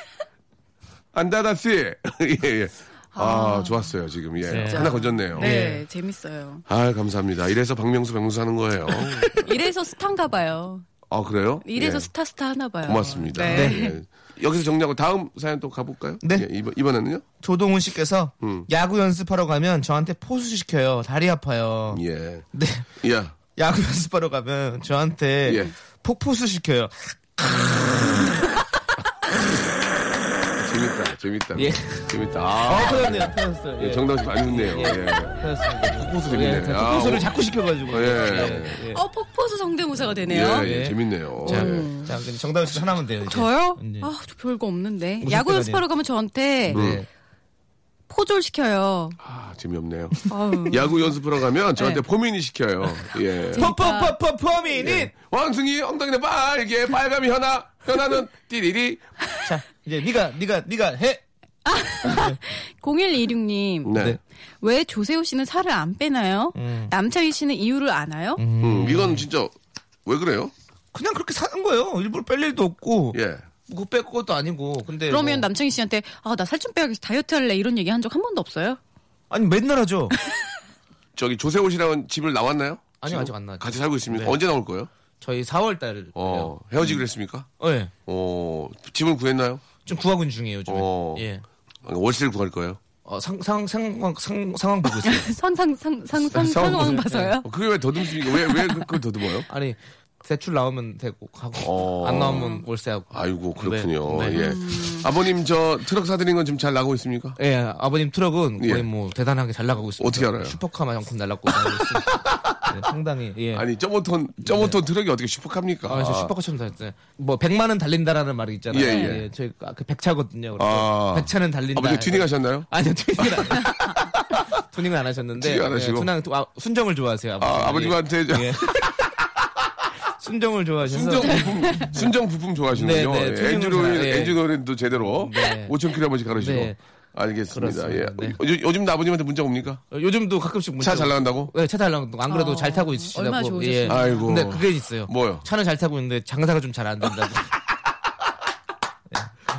Speaker 2: 안다다씨. [laughs] 예, 예. 아, 좋았어요, 지금. 예.
Speaker 5: 진짜.
Speaker 2: 하나 건졌네요.
Speaker 3: 네, 재밌어요.
Speaker 2: 아 감사합니다. 이래서 박명수 박명수 하는
Speaker 3: [laughs]
Speaker 2: 거예요.
Speaker 3: 이래서 스타인가 봐요.
Speaker 2: 아 그래요?
Speaker 3: 이래서
Speaker 2: 예,
Speaker 3: 스타 스타 하나 봐요.
Speaker 2: 고맙습니다.
Speaker 3: 네.
Speaker 2: 예. 여기서 정리하고 다음 사연 또 가볼까요?
Speaker 5: 네.
Speaker 2: 예, 이번 이번에는요?
Speaker 5: 조동훈 씨께서
Speaker 2: 음.
Speaker 5: 야구 연습하러 가면 저한테 포수 시켜요. 다리 아파요.
Speaker 2: 예.
Speaker 5: 네.
Speaker 2: 예.
Speaker 5: 야구 [laughs] 연습하러 가면 저한테
Speaker 2: 예.
Speaker 5: 폭포수 시켜요.
Speaker 2: 재밌다, 재밌다.
Speaker 5: 예.
Speaker 2: 재밌다.
Speaker 5: 아,
Speaker 2: 아,
Speaker 5: 터졌네요. 터졌어요.
Speaker 2: 예, 정답 씨 많이 웃네요.
Speaker 5: 예.
Speaker 2: 예.
Speaker 5: 터졌습니다.
Speaker 2: 폭포수
Speaker 5: 예,
Speaker 2: 재밌네. 아,
Speaker 5: 폭포수를
Speaker 2: 오-
Speaker 5: 자꾸 시켜가지고.
Speaker 2: 예.
Speaker 5: 예.
Speaker 3: 어, 폭포수 성대모사가
Speaker 2: 예,
Speaker 3: 되네요.
Speaker 2: 예,
Speaker 5: 예.
Speaker 2: 재밌네요.
Speaker 5: 자,
Speaker 2: 예.
Speaker 5: 자, 그럼 정다은 씨 하나만 돼요. 이제.
Speaker 3: 음. 저요?
Speaker 5: 네.
Speaker 3: 아, 저 별거 없는데.
Speaker 5: 무슨
Speaker 3: 야구
Speaker 5: 때가
Speaker 3: 연습하러 가면 저한테
Speaker 5: 네.
Speaker 3: 포졸 시켜요.
Speaker 2: 아, 재미없네요. [laughs]
Speaker 3: 아우.
Speaker 5: 음.
Speaker 2: 야구 연습하러 가면 저한테
Speaker 5: 네.
Speaker 2: 포민이
Speaker 5: [laughs]
Speaker 2: 시켜요. 예.
Speaker 5: 퍼퍼퍼퍼퍼미닛.
Speaker 2: 왕승이 엉덩이는 빨개, 빨감이 현아, 현아는 띠리리.
Speaker 5: 자, 이제 네가 네가 네가 해.
Speaker 3: 0126님.
Speaker 2: 네.
Speaker 5: 네.
Speaker 3: 왜 조세호 씨는 살을 안 빼나요? 남창희 씨는 이유를 아나요?
Speaker 2: 음, 이건 진짜 왜 그래요?
Speaker 5: 그냥 그렇게 사는 거예요. 일부러 뺄 일도 없고. 뭐
Speaker 2: 예.
Speaker 5: 그거 뺄 것도 아니고. 근데
Speaker 3: 그러면
Speaker 5: 뭐-
Speaker 3: 남창희 씨한테 아 나 살 좀 빼야겠어 다이어트 할래 이런 얘기 한 적 한 번도 없어요? [laughs]
Speaker 5: 아니 맨날 하죠.
Speaker 2: 저기 조세호 씨랑 집을 나왔나요? 지금?
Speaker 5: 아니요, 네, 아직 안 나왔죠.
Speaker 2: 같이 살고 있습니까?
Speaker 5: 네.
Speaker 2: 언제 나올 거예요?
Speaker 5: 저희 4월 달에
Speaker 2: 어, 헤어지기로 했습니까?
Speaker 5: 예.
Speaker 2: 어, 집을 구했나요?
Speaker 5: 좀 구하고 있는 중이에요, 요즘에.
Speaker 2: 어.
Speaker 5: 예.
Speaker 2: 월세를 구할 거예요?
Speaker 5: 어, 상, 상, 상황, 상, 상황 보고 있어요. [laughs]
Speaker 3: 선상상상상 상황 봐서요?
Speaker 2: 어, 그게 왜 더듬습니까? 왜, 왜 그- 그걸 더듬어요?
Speaker 5: 아니, 대출 나오면 되고, 하고,
Speaker 2: 어.
Speaker 5: 안 나오면 월세하고.
Speaker 2: 아이고, 그렇군요.
Speaker 5: 네, 네.
Speaker 2: 예. 아버님, 저 트럭 사드린 건 지금 잘 나가고 있습니까?
Speaker 5: 예, 아버님 트럭은 거의
Speaker 2: 예.
Speaker 5: 뭐 대단하게 잘 나가고 있습니다.
Speaker 2: 어떻게 알아요?
Speaker 5: 슈퍼카 만큼 날라고 나가고
Speaker 2: [laughs]
Speaker 5: 있어요. 네, 상당히, 예.
Speaker 2: 아니, 점오톤, 점오톤 트럭이 어떻게 슈퍼카입니까?
Speaker 5: 아, 저 슈퍼카처럼 달렸어요. 뭐, 100만은 달린다라는 말이 있잖아요.
Speaker 2: 예, 예.
Speaker 5: 저희 그 100차거든요.
Speaker 2: 아.
Speaker 5: 그래서 100차는 달린다.
Speaker 2: 아버지 튜닝 하셨나요?
Speaker 5: [laughs] 아니요, 튜닝은 안 [laughs] 튜닝은 안 하셨는데.
Speaker 2: 튜닝 안
Speaker 5: 예,
Speaker 2: 하시고.
Speaker 5: 순항- 아, 순정을 좋아하세요. 예. 아버지.
Speaker 2: 아, 아버님한테 저-
Speaker 5: 순정을 좋아하셔서.
Speaker 2: 순정 부품, [laughs] 순정 부품 좋아하시는군요.
Speaker 5: 네, 네,
Speaker 2: 예,
Speaker 5: 튜닝을
Speaker 2: 엔진 오일,
Speaker 5: 잘- 예.
Speaker 2: 엔진 오일도 제대로
Speaker 5: 네.
Speaker 2: 5,000km씩 가르시고.
Speaker 5: 네.
Speaker 2: 알겠습니다.
Speaker 5: 그렇습니다.
Speaker 2: 예.
Speaker 5: 네.
Speaker 2: 요- 요즘 아버님한테 문자 옵니까?
Speaker 5: 어, 요즘도 가끔씩 문자
Speaker 2: 차 잘 나간다고?
Speaker 5: 네, 차 잘 나간다고. 안 그래도
Speaker 3: 어,
Speaker 5: 잘 타고 있으시다고. 예.
Speaker 3: 얼마나 좋으셨어요.
Speaker 2: 아이고.
Speaker 5: 근데 그게 있어요.
Speaker 2: 뭐요?
Speaker 5: 차는 잘 타고 있는데 장사가 좀 잘 안 된다고.
Speaker 2: [laughs]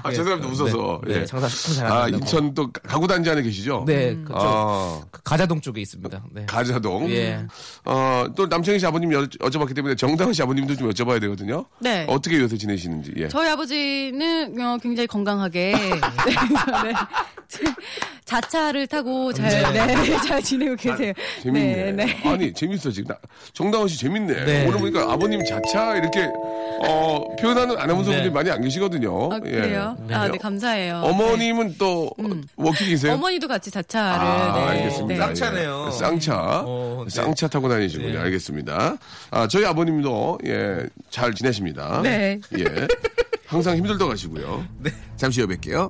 Speaker 2: 아, 죄송합니다. 웃어서.
Speaker 5: 예. 네,
Speaker 2: 예.
Speaker 5: 네, 장사 참 잘 안
Speaker 2: 아,
Speaker 5: 된다고.
Speaker 2: 인천 또 가구 단지 안에 계시죠?
Speaker 5: 네, 그쪽
Speaker 2: 아,
Speaker 5: 그 가자동 쪽에 있습니다. 네.
Speaker 2: 가자동.
Speaker 5: 예.
Speaker 2: 어, 또 남창희 씨 아버님 여, 여쭤봤기 때문에 정다은 씨 아버님도 좀 여쭤봐야 되거든요.
Speaker 3: 네.
Speaker 2: 어떻게 요새 지내시는지. 예.
Speaker 3: 저희 아버지는 어, 굉장히 건강하게 네. 자차를 타고 잘
Speaker 5: 네.
Speaker 3: 네, [laughs] 잘 지내고 계세요.
Speaker 2: 재밌네.
Speaker 3: 네, [laughs] 네.
Speaker 2: 아니, 재밌어, 지금. 나- 정다은 씨 재밌네.
Speaker 5: 네.
Speaker 2: 오늘 보니까 아버님 자차 이렇게, 어, 표현하는 아나운서 분들이
Speaker 5: 네.
Speaker 2: 많이 안 계시거든요.
Speaker 3: 아, 그래요?
Speaker 2: 예.
Speaker 3: 아, 네, 감사해요. 네.
Speaker 2: 어머님은 또 워킹이세요?
Speaker 3: 어머니도 같이 자차를.
Speaker 2: 아,
Speaker 3: 네.
Speaker 2: 알겠습니다.
Speaker 3: 네.
Speaker 2: 예.
Speaker 5: 쌍차네요.
Speaker 2: 쌍차.
Speaker 5: 어, 네.
Speaker 2: 쌍차 타고 다니시군요. 알겠습니다. 아, 저희 아버님도, 예, 잘 지내십니다.
Speaker 3: 네.
Speaker 2: 예. 항상 힘들다 [laughs] 가시고요. 네. 잠시 후에 뵐게요.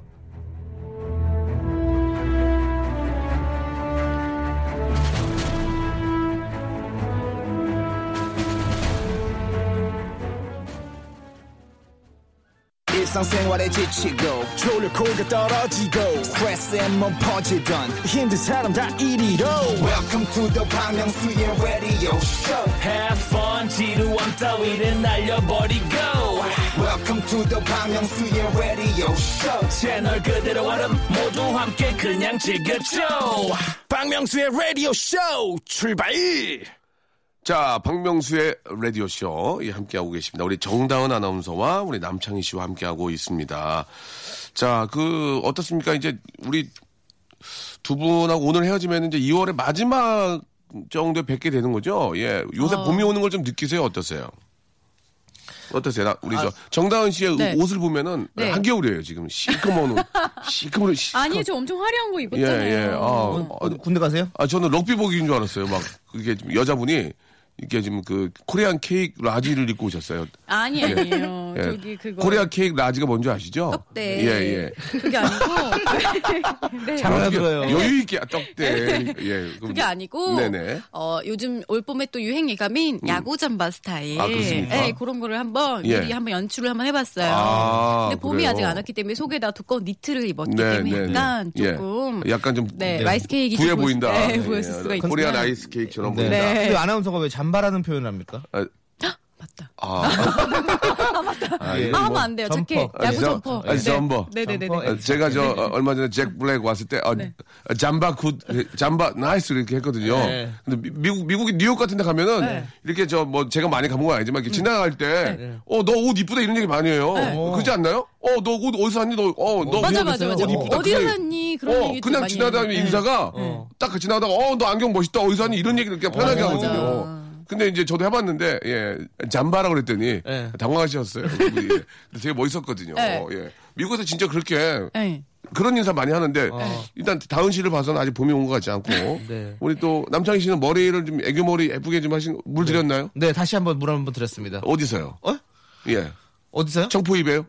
Speaker 6: 일상생활에 지치고, 졸려 코가 떨어지고, 스트레스에 몸 퍼지던, 힘든 사람 다 이리로. welcome to the Bang Myung-soo's radio show
Speaker 7: Have fun 지루함 따위를 날려버리고
Speaker 6: welcome to the Bang Myung-soo's radio show
Speaker 7: 채널 그대로 얼음 모두 함께 그냥 즐겨줘
Speaker 1: 박명수의 라디오 쇼 출발!
Speaker 2: 자, 박명수의 라디오쇼, 예, 함께하고 계십니다. 우리 정다은 아나운서와 우리 남창희 씨와 함께하고 있습니다. 자, 그, 어떻습니까? 이제, 우리 두 분하고 오늘 헤어지면 이제 2월의 마지막
Speaker 3: 어.
Speaker 2: 정도에 뵙게 되는 거죠? 예. 요새 봄이 오는 걸 좀 느끼세요? 어떠세요? 어떠세요? 나- 우리 저 정다은 씨의
Speaker 3: 아, 네.
Speaker 2: 옷을 보면은
Speaker 3: 네.
Speaker 2: 한겨울이에요 지금 시커먼
Speaker 3: [laughs]
Speaker 2: 옷, 시커먼 시.
Speaker 3: 아니 저 엄청 화려한 거
Speaker 2: 예
Speaker 3: 입었잖아요. 음.
Speaker 2: 예. 아, 어,
Speaker 5: 군대 가세요?
Speaker 2: 아 저는 럭비복인 줄 알았어요. 막 그게 지금 여자분이 이렇게 지금 그 코리안 케이크 라지를 입고 오셨어요.
Speaker 3: 아니 아니에요.
Speaker 2: 예.
Speaker 3: 저기 그거
Speaker 2: 코리아 케이크 라지가 뭔지 아시죠?
Speaker 3: 떡대.
Speaker 2: 예, 예.
Speaker 3: 그게 아니고 네.
Speaker 5: 잘
Speaker 2: 어떻게
Speaker 5: 들어요.
Speaker 2: 여유있게 아, 떡대.
Speaker 3: [laughs]
Speaker 2: 예. 그럼-
Speaker 3: 그게 아니고
Speaker 2: 네네. 음.
Speaker 3: 어, 요즘 올봄에 또 유행 예감인 야구 잠바 스타일
Speaker 2: 아, 그렇습니까?
Speaker 3: 예, 그런 거를 한번
Speaker 2: 예.
Speaker 3: 우리 한번 연출을 한번 해봤어요.
Speaker 2: 아,
Speaker 3: 근데 봄이
Speaker 2: 그래요?
Speaker 3: 아직 안 왔기 때문에 속에다 두꺼운 니트를 입었기
Speaker 2: 네,
Speaker 3: 때문에
Speaker 2: 네,
Speaker 3: 약간
Speaker 2: 네.
Speaker 3: 조금
Speaker 2: 예. 약간 좀
Speaker 3: 네, 라이스 케이크
Speaker 2: 부해 보인다. 예,
Speaker 3: 네, 보였을 수가 있지만
Speaker 2: 코리안 아이스 케이크처럼
Speaker 5: 네.
Speaker 2: 보인다.
Speaker 5: 근데 아나운서가 왜 잠바라는 표현을 합니까?
Speaker 2: 아,
Speaker 3: [gasps] 맞다.
Speaker 2: 아,
Speaker 5: 아,
Speaker 3: 아, 하면 안 돼요. 저기 야구
Speaker 2: 저-
Speaker 3: 점퍼.
Speaker 2: 아니, 점퍼.
Speaker 3: 네네네.
Speaker 5: 점퍼.
Speaker 2: 아, 제가 저 어, 얼마 전에 잭 블랙 왔을 때
Speaker 3: 네.
Speaker 2: 어, 아, 잠바 굿 잠바 나이스 이렇게 했거든요.
Speaker 5: 네.
Speaker 2: 근데 미, 미국 미국의 뉴욕 같은 데 가면은
Speaker 3: 네.
Speaker 2: 이렇게 저 뭐 제가 많이 가본 건 아니지만
Speaker 3: 음.
Speaker 2: 이렇게 지나갈 때
Speaker 5: 네.
Speaker 2: 어 너 옷 이쁘다 이런 얘기 많이 해요.
Speaker 3: 네.
Speaker 2: 그렇지 않나요? 어 너 옷 어디서 샀니? 너어너
Speaker 3: 맞아
Speaker 5: 미국에서
Speaker 3: 맞아 맞아.
Speaker 5: 옷 입고
Speaker 3: 어디서
Speaker 2: 뭐 그래.
Speaker 3: 샀니? 뭐 그런
Speaker 2: 어
Speaker 3: 얘기 좀
Speaker 2: 그냥
Speaker 3: 많이 네.
Speaker 2: 지나다니면
Speaker 3: 해요.
Speaker 2: 인사가 딱 지나다가 어 너 안경 멋있다 어디서 샀니? 이런 얘기를 그냥 편하게
Speaker 5: 어, 맞아.
Speaker 2: 하거든요. 근데 이제 저도 해봤는데 예 잠바라고 그랬더니
Speaker 5: 네.
Speaker 2: 당황하셨어요.
Speaker 3: [laughs]
Speaker 2: 그분이. 근데 되게 멋있었거든요.
Speaker 3: 네.
Speaker 2: 어, 예. 미국에서 진짜 그렇게
Speaker 3: 네.
Speaker 2: 그런 인사 많이 하는데 일단 다은 씨를 봐서는 아직 봄이 온 것 같지 않고
Speaker 5: 네.
Speaker 2: 우리 또 남창희 씨는 머리를 좀 애교 머리 예쁘게 좀 하신 물 들였나요?
Speaker 5: 네, 다시 한번 물 한번 드렸습니다.
Speaker 2: 어디서요?
Speaker 5: 어?
Speaker 2: 예,
Speaker 5: 어디서요?
Speaker 2: 청포입에요?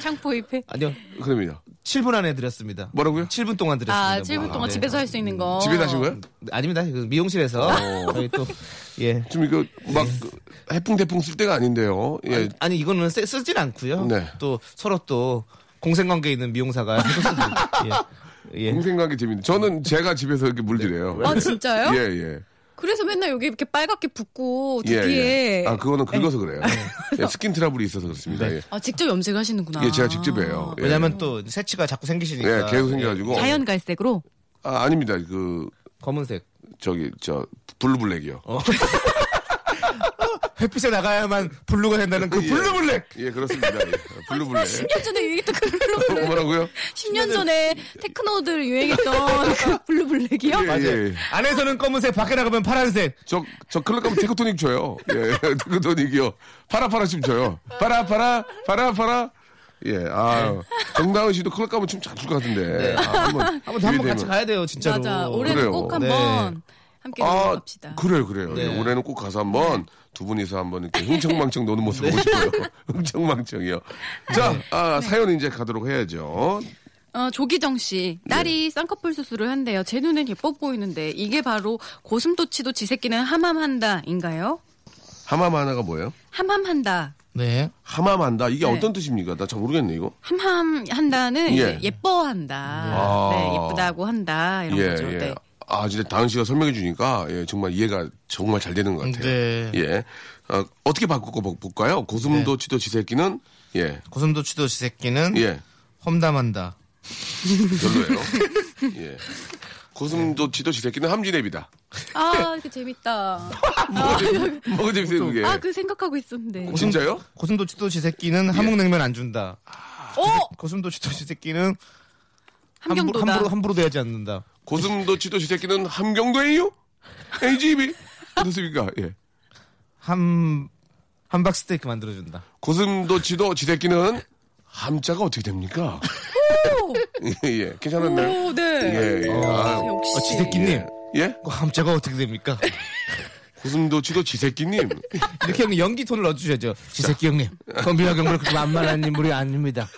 Speaker 3: 창포 입회.
Speaker 5: 아니요.
Speaker 2: 그럼요.
Speaker 5: 7분 안에 드렸습니다.
Speaker 2: 뭐라고요?
Speaker 5: 7분 동안 드렸습니다.
Speaker 3: 아, 7분 동안
Speaker 5: 네.
Speaker 3: 집에서 할 수 있는 거.
Speaker 2: 집에 다신 거예요?
Speaker 5: 아닙니다. 그 미용실에서 저희 또 예.
Speaker 2: 좀 이거 막 해풍 대풍 쓸 때가 아닌데요. 예,
Speaker 5: 아니 이거는 쓰, 쓰진 않고요.
Speaker 2: 네.
Speaker 5: 또 서로 또 공생 관계에 있는 미용사가 해줄 수도 있- 예. 예.
Speaker 2: 공생각이 재밌는. 저는 제가 집에서 이렇게 물 들여요. [laughs]
Speaker 3: 아, 진짜요?
Speaker 2: 예, 예.
Speaker 3: 그래서 맨날 여기 이렇게 빨갛게 붓고
Speaker 2: 예,
Speaker 3: 뒤에
Speaker 2: 예. 아, 그거는 긁어서 그래요. 예, 스킨 트러블이 있어서 그렇습니다. 예.
Speaker 3: 아, 직접 염색하시는구나.
Speaker 2: 예, 제가 직접 해요. 예.
Speaker 5: 아. 왜냐면 또 새치가 자꾸 생기시니까.
Speaker 2: 예, 계속 생겨가지고.
Speaker 3: 자연 갈색으로.
Speaker 2: 아, 아닙니다. 그,
Speaker 5: 검은색.
Speaker 2: 저기, 저, 블루블랙이요.
Speaker 5: 햇빛에 나가야만 블루가 된다는 그
Speaker 2: 예.
Speaker 5: 블루블랙.
Speaker 2: 예, 그렇습니다. 예. 블루블랙.
Speaker 3: 10년 전에 유행했던 그
Speaker 2: [laughs]
Speaker 3: 블루.
Speaker 2: 뭐라고요?
Speaker 3: 10년 전에
Speaker 2: [laughs]
Speaker 3: 테크노들 유행했던 그 블루 블랙이요?
Speaker 2: 네. 예, 예.
Speaker 5: 안에서는 검은색, 밖에 나가면 파란색.
Speaker 2: 저, 저 클럽 가면 테크토닉 줘요. 예, [laughs] 테크토닉이요. 파라파라 춤 줘요. 파라파라, 파라파라. 예, 아유. 정다은 씨도 클럽 가면 춤 잘 출 것 같은데. 아, 한번,
Speaker 5: 네. [laughs] 한번 한번
Speaker 2: 기회
Speaker 5: 같이
Speaker 2: 되면.
Speaker 5: 가야 돼요, 진짜로.
Speaker 3: 맞아. 올해는
Speaker 2: 그래요.
Speaker 3: 꼭
Speaker 5: 네.
Speaker 3: 한번 함께 놀러 갑시다.
Speaker 2: 아, 그래요, 그래요. 예, 올해는 꼭 가서 한번
Speaker 5: 네.
Speaker 2: 두 분이서 한번 이렇게 흥청망청 노는 모습 보고 싶어요. [laughs] 흥청망청이요. 자,
Speaker 5: 네.
Speaker 2: 아,
Speaker 3: 네.
Speaker 2: 사연 이제 가도록 해야죠.
Speaker 3: 어, 조기정 씨 딸이
Speaker 2: 네.
Speaker 3: 쌍꺼풀 수술을 한대요. 제 눈엔 예뻐 보이는데 이게 바로 고슴도치도 지새끼는 함함한다인가요?
Speaker 2: 하마마나가 뭐예요?
Speaker 3: 함함한다.
Speaker 5: 네.
Speaker 2: 하마만다. 이게
Speaker 3: 네.
Speaker 2: 어떤 뜻입니까? 나 잘 모르겠네, 이거.
Speaker 3: 함함한다는
Speaker 2: 예.
Speaker 3: 예. 예뻐한다.
Speaker 2: 아.
Speaker 3: 네, 예쁘다고 한다 이런
Speaker 2: 예,
Speaker 3: 거죠.
Speaker 2: 예.
Speaker 3: 네.
Speaker 2: 아, 진짜 다은 씨가 설명해 주니까 예, 정말 이해가 정말 잘 되는 것 같아요.
Speaker 5: 네.
Speaker 2: 예. 어, 어떻게 바꾸고 보- 볼까요?
Speaker 3: 네.
Speaker 2: 고슴도치도 지새끼는 예.
Speaker 5: 고슴도치도 지새끼는
Speaker 2: 예.
Speaker 5: 험담한다.
Speaker 2: 별로예요.
Speaker 3: [laughs]
Speaker 2: 예. 고슴도치도 지새끼는 함지냅이다.
Speaker 3: 아, 그 재밌다.
Speaker 2: 뭐가 재밌어요, 그게?
Speaker 3: 아, 그 생각하고 있었는데.
Speaker 2: 진짜요?
Speaker 5: 고슴도치도
Speaker 2: 예.
Speaker 5: 지새끼는 함흥냉면 안 준다.
Speaker 3: 어,
Speaker 5: 고슴도치도 지새끼는 함부로,
Speaker 3: 함경도다.
Speaker 5: 함부로, 함부로 대하지 않는다.
Speaker 2: 고슴도치도 지새끼는 함경도예요? AGB. 어떻습니까? 예.
Speaker 5: 함 함박 스테이크 만들어준다.
Speaker 2: 고슴도치도 지새끼는 함자가 어떻게 됩니까? [laughs] 예, 예. 괜찮았나요?
Speaker 3: 오, 네.
Speaker 2: 예, 예.
Speaker 3: 아,
Speaker 2: 아,
Speaker 3: 역시.
Speaker 5: 어, 지새끼님,
Speaker 2: 예?
Speaker 5: 그 함자가 어떻게 됩니까?
Speaker 2: 고슴도치도 지새끼님.
Speaker 5: 이렇게 형님 연기 톤을 넣어주셔야죠. 지새끼 형님, 건비와 경물 그 만만한 인물이 아닙니다.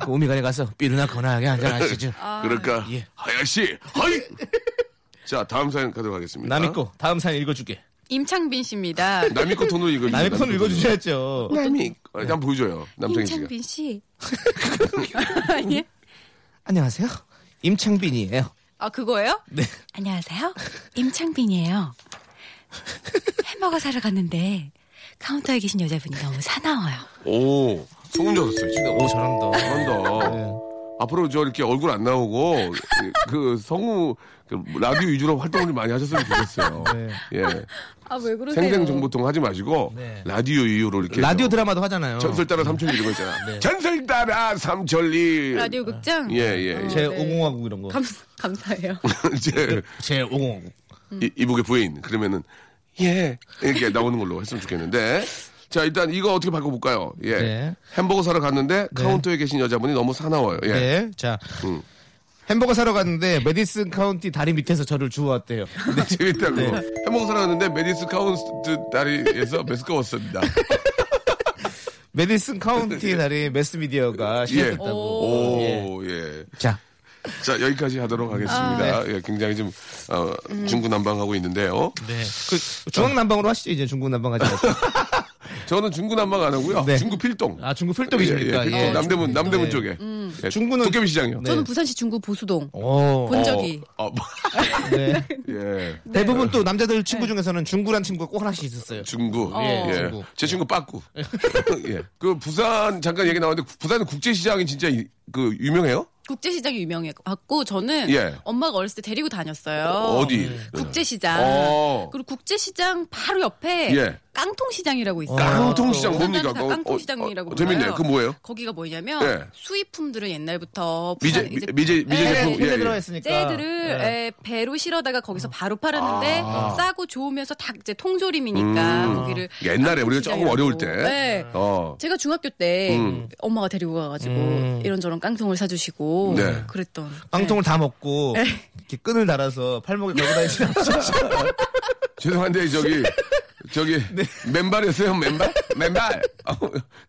Speaker 5: 그 오미간에 가서 삐르나 거나하게 한잔 하시죠.
Speaker 3: 아.
Speaker 2: 그럴까?
Speaker 5: 예.
Speaker 2: 하야씨, 하이! 자, 다음 사연 가도록 하겠습니다.
Speaker 5: 남이고 다음 사연 읽어줄게.
Speaker 3: 임창빈 씨입니다.
Speaker 2: 남이꼬 톤으로 읽어주세요.
Speaker 5: 남이고 톤을
Speaker 2: 남이꼬
Speaker 5: 읽어주셔야죠.
Speaker 2: 톤으로. 남이꼬. 한번 보여줘요. [laughs] 남창희 씨가.
Speaker 3: 임창빈
Speaker 2: [laughs]
Speaker 3: 씨. [laughs] 예?
Speaker 5: 안녕하세요. 임창빈이에요.
Speaker 3: 아, 그거예요? 네. 안녕하세요. 임창빈이에요. 햄버거 사러 갔는데 카운터에 계신 여자분이 너무 사나워요.
Speaker 2: 오, 소문 졌었어요, 지금.
Speaker 5: 오 잘한다.
Speaker 2: 잘한다.
Speaker 5: 네.
Speaker 2: 앞으로 저 이렇게 얼굴 안 나오고, 그 성우, 그 라디오 위주로 활동을 좀 많이 하셨으면 좋겠어요.
Speaker 5: 네.
Speaker 2: 예.
Speaker 3: 아, 왜 그러세요?
Speaker 2: 생생정보통 하지 마시고, 라디오 위주로 이렇게.
Speaker 5: 네. 라디오
Speaker 2: 저
Speaker 5: 네. 드라마도 하잖아요.
Speaker 2: 그렇죠. 전설 따라 삼촌이 이런 거 있잖아. 전설 따라 삼천리.
Speaker 3: 라디오 음. 극장?
Speaker 2: 예, 예,
Speaker 5: 제 네. 오공화국 이런 거.
Speaker 3: 감, 감사해요.
Speaker 2: 예. [laughs] 이제
Speaker 5: 제 오공화국.
Speaker 2: 이, 이북의 부인 그러면은 예. 이렇게 나오는 걸로 했으면 좋겠는데. 자, 일단 이거 어떻게 바꿔볼까요? 예.
Speaker 5: 네.
Speaker 2: 햄버거 사러 갔는데 카운터에 계신 여자분이 너무 사나워요. 예.
Speaker 5: 네. 자.
Speaker 2: 음.
Speaker 5: 햄버거 사러 갔는데 메디슨 카운티 다리 밑에서 저를 주워왔대요.
Speaker 2: 네, [laughs] 재밌다고. 햄버거 사러 갔는데 메디스 카운트 다리에서
Speaker 5: [laughs]
Speaker 2: 메스꺼웠습니다.
Speaker 5: 메디슨
Speaker 2: [laughs] 예.
Speaker 5: 카운티 다리 매스미디어가 시작했다고.
Speaker 2: 오, 예.
Speaker 5: 자,
Speaker 2: 자, 여기까지 하도록 하겠습니다. 예, 굉장히 좀, 어, 중구난방하고 있는데요.
Speaker 3: 네.
Speaker 5: 그 중앙난방으로 하시죠 이제 중국난방 하지 마시고.
Speaker 2: 저는 중구난방 안 하고요.
Speaker 5: 네.
Speaker 2: 중구 필동.
Speaker 5: 아 중국
Speaker 2: 예, 예,
Speaker 5: 필동이십니까?
Speaker 2: 필동.
Speaker 5: 예.
Speaker 2: 남대문, 남대문
Speaker 5: 네.
Speaker 2: 쪽에. 예,
Speaker 5: 중구는-
Speaker 2: 도깨비 시장이요.
Speaker 5: 네.
Speaker 3: 저는 부산시 중구 보수동
Speaker 5: 오.
Speaker 3: 본 적이.
Speaker 2: 어, 어, 뭐,
Speaker 3: [laughs]
Speaker 5: 네.
Speaker 2: 예.
Speaker 5: 대부분 또 남자들
Speaker 3: 네.
Speaker 5: 친구 중에서는 중구란 친구가 꼭 하나씩 있었어요.
Speaker 2: 중구.
Speaker 3: 예,
Speaker 2: 예.
Speaker 5: 중구.
Speaker 2: 제 친구 빠꾸. [laughs] 예. 그 부산 잠깐 얘기 나왔는데 구- 부산 국제시장이 진짜 이- 그 유명해요?
Speaker 3: 국제시장이 유명해갖고 저는
Speaker 2: 예.
Speaker 3: 엄마가 어렸을 때 데리고 다녔어요. 네.
Speaker 2: 어디?
Speaker 3: 국제시장.
Speaker 2: 어.
Speaker 3: 그리고 국제시장 바로 옆에
Speaker 2: 예.
Speaker 3: 깡통시장이라고 있어요.
Speaker 5: 아,
Speaker 2: 깡통시장
Speaker 5: 그렇죠.
Speaker 2: 뭡니까?
Speaker 3: 부산에서 깡통시장이라고
Speaker 2: 어, 어,
Speaker 3: 불러요.
Speaker 2: 재밌네요. 그 뭐예요?
Speaker 3: 거기가 뭐냐면
Speaker 2: 예.
Speaker 3: 수입품들은 옛날부터
Speaker 2: 미제
Speaker 3: 부산
Speaker 2: 미-
Speaker 3: 이제
Speaker 2: 미제 미제
Speaker 3: 예,
Speaker 2: 제품
Speaker 5: 손에
Speaker 2: 예, 예.
Speaker 5: 네,
Speaker 2: 아.
Speaker 5: 들어있으니까.
Speaker 3: 재들을
Speaker 5: 예.
Speaker 3: 예, 배로 실어다가 거기서 바로 팔았는데 싸고 좋으면서 다 이제 통조림이니까 거기를
Speaker 2: 음. 옛날에 우리가 조금
Speaker 3: 깡통시장이라고.
Speaker 2: 어려울 때.
Speaker 3: 네.
Speaker 2: 어. 음.
Speaker 3: 제가 중학교 때 엄마가 데리고 가가지고 이런저런 깡통을 사주시고
Speaker 2: 네.
Speaker 3: 그랬던
Speaker 5: 음. 깡통을 다 먹고 이렇게 끈을 달아서 팔목에 걸고 다니지 [laughs] 않으셨죠?
Speaker 2: 죄송한데 저기 저기
Speaker 5: 네.
Speaker 2: 맨발했어요 맨발
Speaker 5: [laughs]
Speaker 2: 맨발 아우,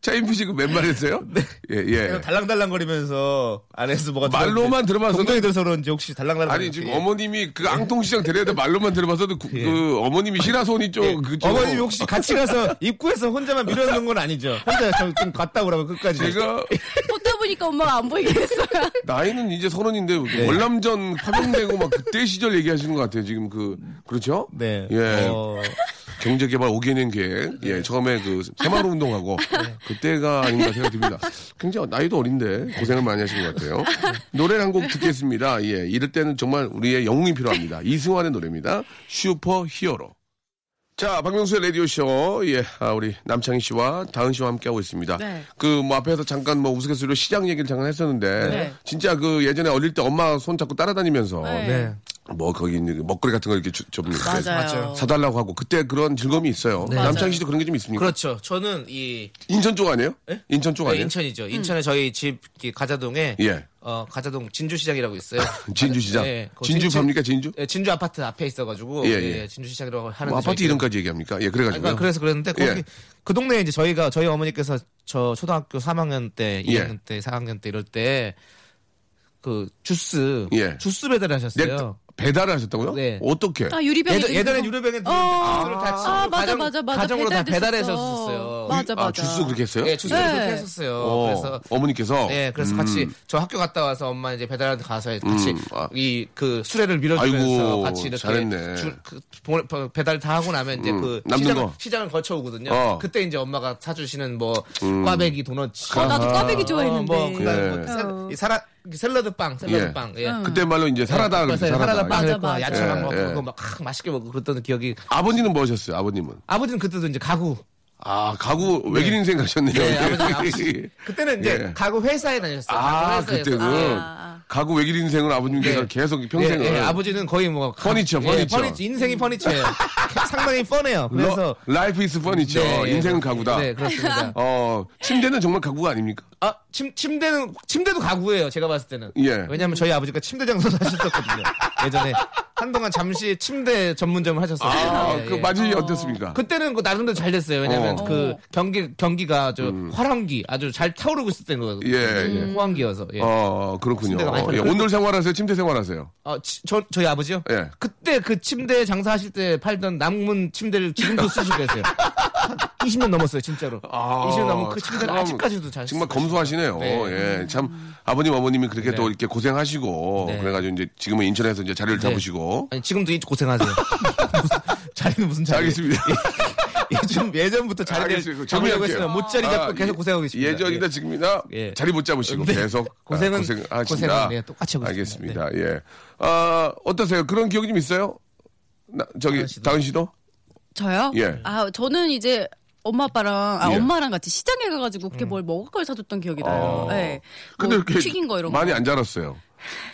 Speaker 2: 차인표 씨그 맨발했어요?
Speaker 5: 네.
Speaker 2: 예예.
Speaker 5: 달랑달랑거리면서 안에서 뭐가
Speaker 2: 말로만 들어봐서는-
Speaker 5: 동동이 들어서 네. 그런지 혹시 달랑달랑
Speaker 2: 아니 지금 어머님이 그 앙통시장 데려다 말로만 들어봐서도 그, 그 어머님이 시라손이 좀 그쪽
Speaker 5: 예. 어머님 혹시 같이 가서 입구에서 혼자만 밀어놓는 건 아니죠? 혼자 저좀 갔다 오라고 끝까지
Speaker 2: 제가
Speaker 3: 네. 보다 보니까 엄마가 안 보이게
Speaker 5: [laughs]
Speaker 3: 됐어요.
Speaker 2: 나이는 이제 서른인데
Speaker 5: 네.
Speaker 2: 월남전 파병되고 막 그때 시절 얘기하시는 것 같아요. 지금 그 그렇죠?
Speaker 5: 네.
Speaker 2: 예.
Speaker 5: 어,
Speaker 2: 경제개발 5개년 계획.
Speaker 3: 네.
Speaker 2: 예. 처음에 그 새마루 운동하고
Speaker 3: [laughs]
Speaker 2: 그때가 아닌가 생각됩니다. 굉장히 나이도 어린데 고생을 많이 하신 것 같아요.
Speaker 3: 네.
Speaker 2: 노래 한 곡 듣겠습니다. 예. 이럴 때는 정말 우리의 영웅이 필요합니다. 이승환의 노래입니다. 슈퍼 히어로. 자, 박명수의 라디오쇼, 예, 아, 우리 남창희 씨와 다은 씨와 함께하고 있습니다.
Speaker 3: 네.
Speaker 2: 그, 뭐, 앞에서 잠깐 뭐, 우스갯소리로 시장 얘기를 잠깐 했었는데,
Speaker 3: 네.
Speaker 2: 진짜 그 예전에 어릴 때 엄마 손 잡고 따라다니면서,
Speaker 3: 네.
Speaker 2: 뭐, 거기 있는 먹거리 같은 거 이렇게 주- 좀 이렇게
Speaker 3: 맞아요.
Speaker 2: 사달라고 하고, 그때 그런 즐거움이 있어요. 남창희 씨도 그런 게 좀 있습니까?
Speaker 5: 네. 그렇죠. 저는 이
Speaker 2: 인천 쪽 아니에요? 인천 쪽
Speaker 5: 네,
Speaker 2: 아니에요?
Speaker 5: 인천이죠. 인천에 저희 집 이렇게 가자동에
Speaker 2: 음. 예.
Speaker 5: 어, 가자동 진주시장이라고
Speaker 2: [laughs]
Speaker 5: 있어요. 아, 네,
Speaker 2: 진주시장. 진주 팝니까, 진주?
Speaker 5: 예, 진주 아파트 앞에 있어가지고
Speaker 2: 예,
Speaker 5: 예,
Speaker 2: 예.
Speaker 5: 진주시장이라고 하는
Speaker 2: 뭐 아파트 이름까지 얘기합니까? 예, 그래가지고요.
Speaker 5: 그러니까 그래서 그랬는데 거기
Speaker 2: 예.
Speaker 5: 그 동네에 이제 저희가 저희 어머니께서 저 초등학교 3학년 때,
Speaker 2: 예.
Speaker 5: 2학년 때, 4학년 때 이럴 때 그 주스
Speaker 2: 예.
Speaker 5: 주스 배달을
Speaker 2: 네,
Speaker 5: 하셨어요.
Speaker 2: 배달을 하셨다고요?
Speaker 5: 네.
Speaker 2: 어떻게?
Speaker 3: 아 유리병
Speaker 5: 예전, 예전에 유료병에
Speaker 3: 어.
Speaker 5: 주스를 다 치고
Speaker 3: 아, 맞아,
Speaker 5: 가정,
Speaker 3: 맞아, 맞아.
Speaker 5: 가정으로 다 배달해서
Speaker 3: 배달됐었어.
Speaker 5: 썼었어요.
Speaker 3: 맞아,
Speaker 2: 아,
Speaker 3: 맞아.
Speaker 2: 주스 그렇게 했어요?
Speaker 5: 예, 주스를
Speaker 3: 네.
Speaker 5: 그렇게 했었어요.
Speaker 2: 어,
Speaker 5: 그래서
Speaker 2: 어머니께서.
Speaker 5: 예, 그래서 같이 저 학교 갔다 와서 엄마 이제 배달한테 가서 같이
Speaker 2: 음, 아.
Speaker 5: 이 그 수레를 밀어주면서
Speaker 2: 아이고,
Speaker 5: 같이 이렇게
Speaker 2: 잘했네.
Speaker 5: 그 보- 보- 배달 다 하고 나면 이제
Speaker 2: 음,
Speaker 5: 그
Speaker 2: 남는
Speaker 5: 시장을,
Speaker 2: 거.
Speaker 5: 시장을 거쳐 오거든요.
Speaker 2: 어. 음.
Speaker 5: 그때 이제 엄마가 사주시는 뭐 꽈배기 도넛,
Speaker 3: 어, 나도 꽈배기 좋아했는데. 어.
Speaker 5: 뭐 그다음에
Speaker 2: 예.
Speaker 5: 뭐 샐- 이 사라, 샐러드 빵, 샐러드
Speaker 2: 예.
Speaker 5: 빵, 예.
Speaker 2: 그때 말로 이제 살아다 그랬
Speaker 5: 그래서 사라다 빵,
Speaker 3: 맞아,
Speaker 5: 그랬고
Speaker 3: 맞아.
Speaker 5: 야채랑
Speaker 2: 예,
Speaker 5: 먹고
Speaker 2: 예.
Speaker 5: 그거 막 아, 맛있게 먹고 그랬던 기억이.
Speaker 2: 아버님은 뭐 하셨어요? 아버님은?
Speaker 5: 아버지는 그때도 이제 가구.
Speaker 2: 아 가구 외길 인생 가셨네요.
Speaker 5: 예,
Speaker 2: [laughs]
Speaker 5: 아버지, 아버지. 그때는 이제
Speaker 2: 예.
Speaker 5: 가구 회사에 다녔어요.
Speaker 2: 아
Speaker 5: 가구 회사에서.
Speaker 2: 그때 그
Speaker 3: 아.
Speaker 2: 가구 외길 인생을 아버님께서
Speaker 5: 예.
Speaker 2: 계속 평생을 어.
Speaker 5: 예, 예, 아버지는 거의 뭐
Speaker 2: 퍼니처,
Speaker 5: 예,
Speaker 2: 퍼니처.
Speaker 5: 인생이
Speaker 2: [laughs]
Speaker 5: 퍼니처예요. 상당히 뻔해요. 그래서
Speaker 2: 러- 라이프 이스 퍼니처
Speaker 5: 네, 예.
Speaker 2: 인생은 가구다.
Speaker 5: 네 그렇습니다.
Speaker 2: 어 침대는 정말 가구가 아닙니까?
Speaker 5: 아, 침, 침대는 침대도 가구예요. 제가 봤을 때는.
Speaker 2: 예.
Speaker 5: 왜냐하면 저희 아버지가 침대 장사를 하셨었거든요. 예전에 한동안 잠시 침대 전문점을 하셨어요. 예,
Speaker 2: 아그
Speaker 5: 예.
Speaker 2: 맞이 어땠습니까?
Speaker 5: 그때는 그 나름대로 잘 됐어요. 왜냐하면
Speaker 2: 어. 음.
Speaker 5: 그 경기 경기가 아주 화랑기 아주 잘 타오르고 있을 때인 거거든요.
Speaker 2: 예, 예.
Speaker 5: 호황기여서. 예.
Speaker 2: 어 그렇군요.
Speaker 5: 침대가 많이
Speaker 2: 예,
Speaker 5: 팔렸-
Speaker 2: 온돌 생활하세요? 침대 생활하세요?
Speaker 5: 아, 치- 저, 저희 아버지요?
Speaker 2: 예.
Speaker 5: 그때 그 침대 장사하실 때 팔던 남문 침대를 지금도 쓰시고 계세요. 한 20년 넘었어요, 진짜로. 20년 넘은 그 침대를
Speaker 2: 참,
Speaker 5: 아직까지도 잘
Speaker 2: 아, 정말
Speaker 5: 쓰시고
Speaker 2: 검소하시네요.
Speaker 5: 네.
Speaker 2: 예, 참 아버님 어머님이 그렇게 또 이렇게 고생하시고
Speaker 5: 네.
Speaker 2: 그래가지고 이제 지금은 인천에서 이제 자리를 잡으시고
Speaker 5: 아니, 네. 지금도 이- 고생하세요. [laughs] 무슨- 자리는 무슨 자리?
Speaker 2: 알겠습니다.
Speaker 5: [laughs] 예전, 예전부터 자리를
Speaker 2: 알겠습니다.
Speaker 5: 잡으려고
Speaker 2: 정리할게요.
Speaker 5: 했으면 못 자리
Speaker 2: 아,
Speaker 5: 잡고 계속
Speaker 2: 예-
Speaker 5: 고생하고 계십니다.
Speaker 2: 예전이나
Speaker 5: 예.
Speaker 2: 지금이나
Speaker 5: 예.
Speaker 2: 자리 못 잡으시고
Speaker 5: 네.
Speaker 2: 계속 아,
Speaker 5: 고생은-
Speaker 2: 고생하신다.
Speaker 5: 고생은, 네, 똑같이 하고 있습니다.
Speaker 2: 알겠습니다. 예. 아, 어떠세요? 그런 기억이 좀 있어요? 나, 저기
Speaker 5: 다은 씨도.
Speaker 2: 다은 씨도?
Speaker 3: 저요?
Speaker 2: 예.
Speaker 3: 아 저는 이제 엄마 아빠랑 아
Speaker 2: 예.
Speaker 3: 엄마랑 같이 시장에 가가지고
Speaker 5: 음.
Speaker 3: 그렇게 뭘 먹을 걸 사줬던 기억이 나요. 예.
Speaker 2: 어. 근데
Speaker 3: 뭐
Speaker 2: 이렇게
Speaker 3: 튀긴 거 이런 거.
Speaker 2: 많이 안 자랐어요.